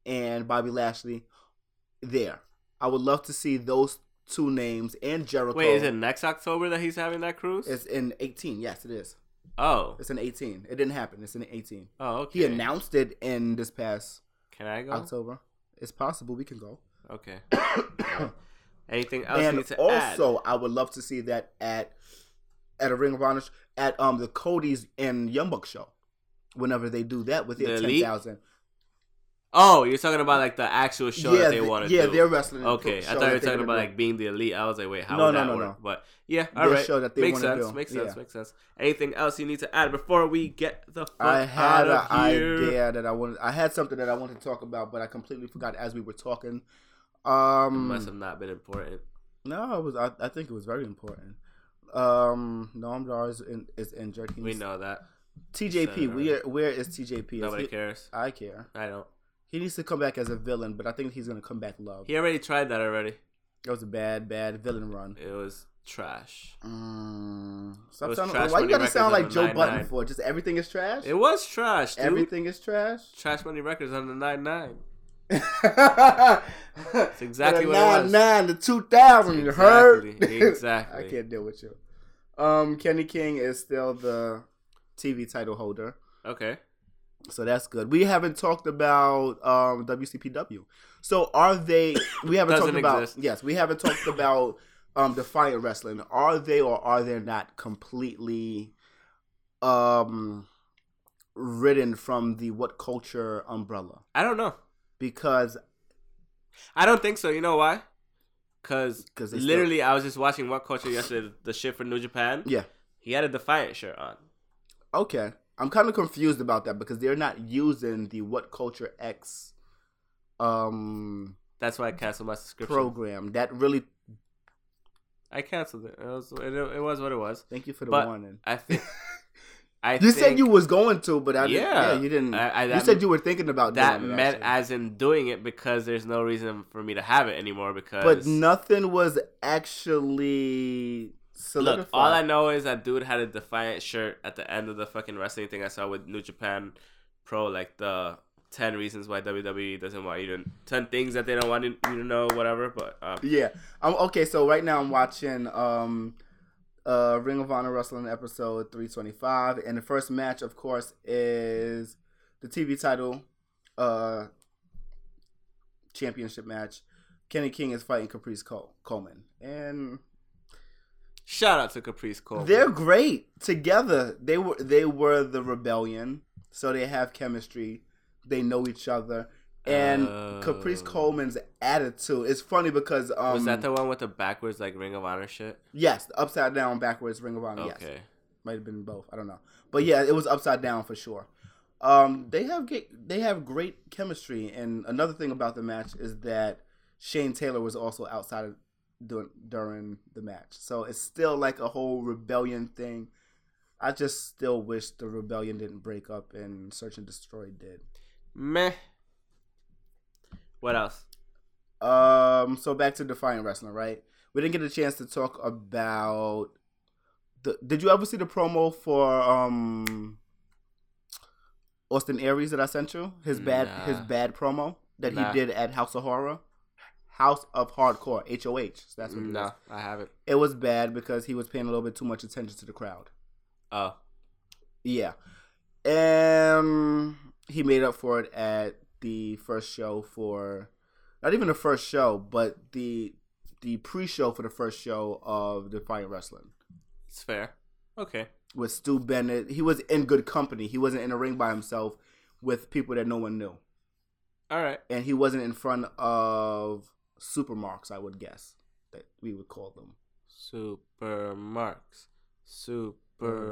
S2: and Bobby Lashley, there. I would love to see those two names and Jericho.
S1: Wait, is it next October that he's having that cruise?
S2: It's in 18. Yes, it is.
S1: oh,
S2: It's in 18. It didn't happen. It's in 18.
S1: oh, okay.
S2: He announced it in this past
S1: Can I go?
S2: October. It's possible we can go.
S1: Okay. Anything else you
S2: and
S1: need to add?
S2: also, I would love to see that at at a Ring of Honor sh- at um the Cody's and Young Buck show, whenever they do that with their
S1: The
S2: ten
S1: Elite?
S2: thousand.
S1: Oh, you're talking about like the actual show
S2: yeah,
S1: that they
S2: the-
S1: want to
S2: yeah,
S1: do.
S2: their wrestling.
S1: Okay,
S2: show
S1: I thought you
S2: that
S1: were
S2: they're
S1: talking
S2: gonna
S1: about
S2: do.
S1: like being the elite. I was like, wait, how
S2: No,
S1: would
S2: no,
S1: that
S2: no,
S1: work?
S2: no.
S1: But yeah,
S2: Their
S1: all right,
S2: show that they
S1: makes
S2: wanna
S1: sense,
S2: do,
S1: makes sense,
S2: yeah.
S1: makes sense. Anything else you need to add before we get the fuck
S2: I had
S1: out
S2: an
S1: of here?
S2: idea that I wanted. I had something that I wanted to talk about, but I completely forgot as we were talking. Um,
S1: Must have not been important.
S2: No, it was. I, I think it was very important. Um, Noam Dar is, in, is injured. He's,
S1: We know that
S2: TJP.
S1: Sorry.
S2: Where where is TJP? Is
S1: nobody
S2: he-
S1: cares.
S2: I care.
S1: I don't.
S2: He needs to come back as a villain, but I think he's gonna come back love.
S1: He already tried that already.
S2: That was a bad, bad villain run.
S1: It was trash.
S2: Mm.
S1: It
S2: Stop
S1: was
S2: sounding,
S1: trash
S2: why
S1: when
S2: you
S1: he
S2: gotta sound like
S1: records on
S2: Joe
S1: the
S2: Button
S1: 9-9.
S2: for? Just everything is trash.
S1: It was trash, dude.
S2: everything is trash.
S1: Trash Money Records on the nine nine.
S2: That's
S1: exactly
S2: the
S1: what it was.
S2: Nine to two thousand. You
S1: Exactly,
S2: heard?
S1: exactly.
S2: I can't deal with you. Um, Kenny King is still the TV title holder.
S1: Okay.
S2: So that's good. We haven't talked about um, WCPW. So are they? We haven't
S1: Doesn't
S2: talked about.
S1: exist.
S2: Yes, we haven't talked about um, Defiant Wrestling. Are they or are they not completely um, ridden from the what culture umbrella?
S1: I don't know.
S2: Because
S1: I don't think so. You know why? Because
S2: 'Cause they still-
S1: literally, I was just watching What Culture yesterday, the shit for New Japan.
S2: yeah,
S1: He had a Defiant shirt on.
S2: okay, I'm kind of confused about that because they're not using the what culture X um,
S1: That's why I canceled my subscription.
S2: program. That really.
S1: I canceled it. It was, it, it was what it was.
S2: Thank you for the
S1: But
S2: warning.
S1: I think. I
S2: You
S1: think
S2: said you was going to, but I didn't, yeah.
S1: Yeah.
S2: you didn't.
S1: I- I-
S2: you
S1: that-
S2: said you were thinking about
S1: that
S2: doing it,
S1: meant
S2: actually.
S1: as in doing it because there's no reason for me to have it anymore. Because
S2: but nothing was actually solidified.
S1: Look, all I know is that dude had a defiant shirt at the end of the fucking wrestling thing I saw with New Japan Pro, like the ten reasons why WWE doesn't want you to ten things that they don't want you to know, whatever. But um,
S2: yeah. I'm okay. So right now I'm watching um, uh, Ring of Honor wrestling episode 325, and the first match, of course, is the TV title uh, championship match. Kenny King is fighting Caprice Col- Coleman, and
S1: Shout out to Caprice Cole.
S2: they're great together. They were they were the rebellion, so they have chemistry. They know each other, and Caprice
S1: Oh.
S2: Coleman's attitude. It's funny because um,
S1: was that the one with the backwards like Ring of Honor shit?
S2: yes, the upside down backwards ring of honor. Yes,
S1: Okay.
S2: might have been both. I don't know, but yeah, it was upside down for sure. Um, they have ge- they have great chemistry, and another thing about the match is that Shane Taylor was also outside of, during, during the match, so it's still like a whole rebellion thing. I just still wish the rebellion didn't break up and Search and Destroy did.
S1: Meh. What else?
S2: Um, so back to Defiant Wrestling, right? We didn't get a chance to talk about the. Did you ever see the promo for um Austin Aries that I sent you? His bad,
S1: Nah.
S2: his bad promo that
S1: Nah.
S2: he did at House of Horror, House of Hardcore, H O H. That's what it
S1: No,
S2: was.
S1: I haven't.
S2: It was bad because he was paying a little bit too much attention to the crowd.
S1: Oh,
S2: Yeah. Um he made up for it at the first show for not even the first show, but the the pre-show for the first show of Defiant Wrestling
S1: it's fair. Okay.
S2: with Stu Bennett. He was in good company. He wasn't in a ring by himself with people that no one knew.
S1: All right.
S2: And he wasn't in front of supermarks, I would guess that we would call them.
S1: Super marks. Super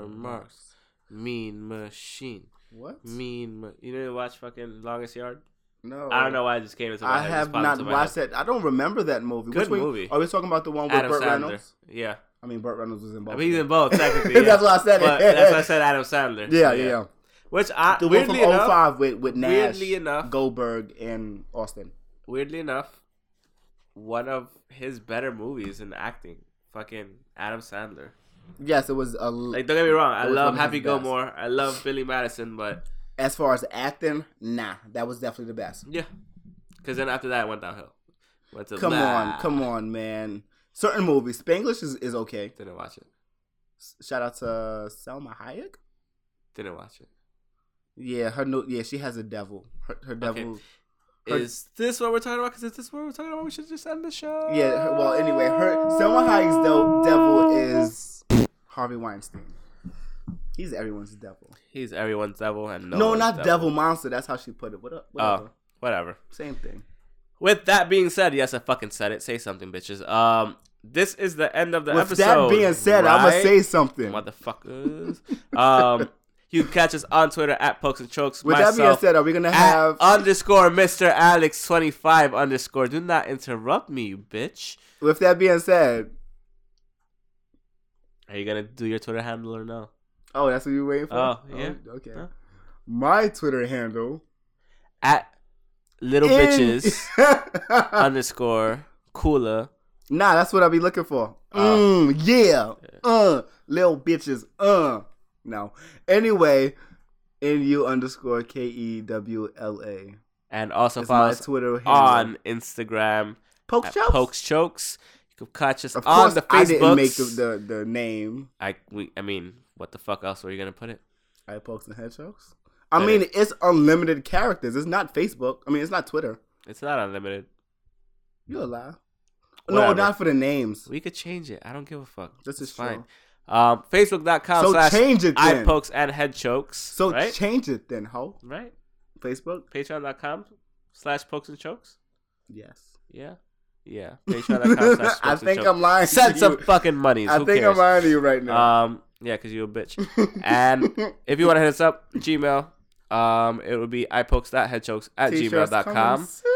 S2: Mm.
S1: marks. Mean machine.
S2: What?
S1: Mean. Ma- you didn't watch fucking Longest Yard?
S2: No.
S1: I don't know why I just came into. My
S2: Oh. I
S1: head.
S2: have
S1: Just popped
S2: not
S1: into my
S2: watched
S1: head.
S2: that. I don't remember that movie.
S1: Good
S2: Which one-
S1: movie.
S2: Are we talking about the one with
S1: Adam
S2: Burt
S1: Sandler.
S2: Reynolds?
S1: Yeah,
S2: I mean, Burt Reynolds was in both.
S1: I mean he's in both technically. yeah.
S2: that's why I said
S1: But
S2: it.
S1: that's why I said Adam Sandler.
S2: yeah, yeah, yeah.
S1: Which I
S2: The one from
S1: weirdly enough,
S2: 05 with, with Nash,
S1: weirdly enough,
S2: Goldberg, and Austin.
S1: weirdly enough, one of his better movies in acting. Fucking Adam Sandler.
S2: Yes, it was a,
S1: Like, don't get me wrong. I
S2: That was one
S1: love
S2: of his
S1: Happy
S2: best.
S1: Gilmore. I love Billy Madison, but
S2: as far as acting, nah, that was definitely the best.
S1: yeah. Because then after that, it went downhill. Went to
S2: Come
S1: Nah.
S2: on, come on, man. Certain movies, Spanglish is, is okay.
S1: Didn't watch it.
S2: S- Shout out to Selma Hayek.
S1: Didn't watch it.
S2: Yeah, her no, yeah, she has a devil. Her, her devil. Her-
S1: Is this what we're talking about? Because is this what we're talking about? We should just end the show.
S2: Yeah. Her, well, anyway, her Selma Hayek's del- devil is Harvey Weinstein. He's everyone's devil.
S1: He's everyone's devil and no.
S2: No,
S1: one's
S2: not devil. monster. That's how she put it. What up? Whatever.
S1: Oh, whatever.
S2: Same thing.
S1: With that being said, yes, I fucking said it. Say something, bitches. Um, this is the end of the
S2: With
S1: episode.
S2: that being said, I'm
S1: right?
S2: gonna say something.
S1: motherfuckers. um, you can catch us on Twitter at Pokes and Chokes.
S2: With
S1: myself,
S2: that being said, are we gonna
S1: at
S2: have?
S1: underscore Mr. Alex twenty five underscore. Do not interrupt me, you bitch.
S2: with that being said,
S1: Are you gonna do your Twitter handle or no?
S2: oh, that's what you were waiting for.
S1: Oh, yeah.
S2: okay.
S1: Huh?
S2: My Twitter handle.
S1: At little bitches
S2: bitches.
S1: underscore cooler.
S2: nah, that's what I be looking for.
S1: Oh.
S2: Mm, yeah. Uh, little bitches. Uh, no. Anyway, nu underscore k e w l a.
S1: And also
S2: That's
S1: follow
S2: my
S1: us
S2: Twitter handle.
S1: on Instagram
S2: Poke
S1: at
S2: Chops?
S1: Pokes Chokes. You can catch us
S2: Of
S1: on
S2: course,
S1: the
S2: I didn't make the,
S1: Facebook.
S2: the, the name.
S1: I we I mean, what the fuck else were you gonna put it?
S2: I pokes and hedgehogs. I
S1: Yeah.
S2: mean, it's unlimited characters. It's not Facebook. I mean, it's not Twitter.
S1: It's not unlimited.
S2: You a lie. No,
S1: Whatever.
S2: not for the names.
S1: We could change it. I don't give a fuck.
S2: This
S1: It's
S2: is
S1: fine.
S2: true.
S1: Um, Facebook.com
S2: So
S1: slash
S2: change it
S1: eye
S2: then.
S1: pokes and head chokes.
S2: So
S1: right?
S2: change it then, ho.
S1: right?
S2: Facebook.
S1: Patreon.com slash pokes and chokes.
S2: Yes.
S1: Yeah. Yeah. Patreon.com slash
S2: I
S1: pokes
S2: think
S1: and
S2: I'm lying.
S1: chokes. Send
S2: to
S1: some
S2: you.
S1: fucking money.
S2: I
S1: Who
S2: think I'm
S1: cares? Uh,
S2: lying to you right now.
S1: Um, yeah, because you're a bitch. and if you want to hit us up, Gmail. Um, it would be ipokes.headchokes at
S2: T-shirts coming
S1: gmail.com.
S2: soon.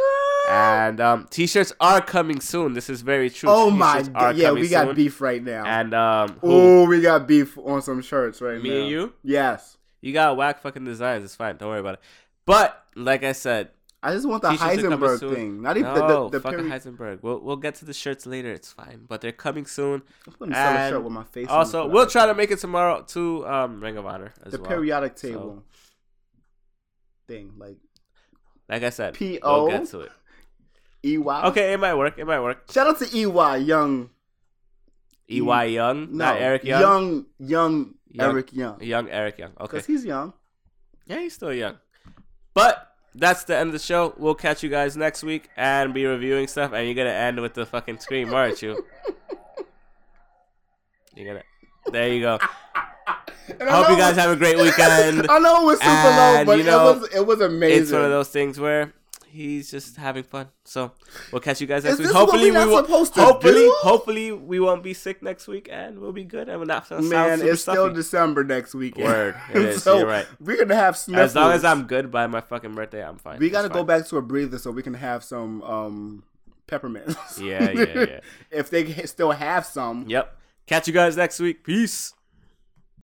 S1: And um, t-shirts are coming soon. This is very true.
S2: Oh my
S1: T-shirts are
S2: god! Yeah,
S1: coming
S2: we got
S1: soon.
S2: beef right now.
S1: And um, who,
S2: oh, we got beef on some shirts right now.
S1: me and you.
S2: Yes.
S1: You got whack fucking designs. It's fine. Don't worry about it. But like I said,
S2: I just want the
S1: T-shirts are coming
S2: Heisenberg
S1: soon.
S2: thing. Not even
S1: no
S2: the, the, the
S1: fucking
S2: period.
S1: Heisenberg. We'll we'll get to the shirts later. It's fine. But they're coming soon.
S2: I'm gonna sell a
S1: And
S2: shirt with my face. on
S1: Also,
S2: it.
S1: we'll try to make it tomorrow to um, Ring of Honor as
S2: the
S1: well.
S2: periodic
S1: So-
S2: table thing, like
S1: Like I said,
S2: PO.
S1: we'll get to it.
S2: EY.
S1: Okay, it might work. It might work.
S2: E Shout out to EY, young,
S1: E Y
S2: Mm,
S1: Young,
S2: no,
S1: not Eric Young.
S2: young, young
S1: Young.
S2: Eric Young,
S1: Young Eric Young. Okay.
S2: because he's young.
S1: Yeah, he's still young. But that's the end of the show. We'll catch you guys next week and be reviewing stuff. And you're gonna end with the fucking scream, aren't you? You're gonna. There you go.
S2: And
S1: I hope
S2: know
S1: you guys
S2: it-
S1: have a great weekend.
S2: I know it was super low,
S1: And,
S2: but
S1: you know,
S2: it was it was amazing.
S1: It's one of those things where he's just having fun. So we'll catch you guys next
S2: Is
S1: week.
S2: this what
S1: Hopefully
S2: we not
S1: won't.
S2: supposed to
S1: hopefully,
S2: do?
S1: hopefully we won't be sick next week and we'll be good and we're not sound
S2: Man,
S1: super
S2: it's
S1: stuffy.
S2: still December next weekend.
S1: Word. It is.
S2: so
S1: You're right.
S2: We're gonna have sniffles.
S1: As long as I'm good by my fucking birthday, I'm fine.
S2: we
S1: It's
S2: gotta go
S1: fine.
S2: back to a breather so we can have some um peppermints.
S1: Yeah, yeah, yeah.
S2: if they ha- still have some.
S1: Yep. Catch you guys next week. Peace.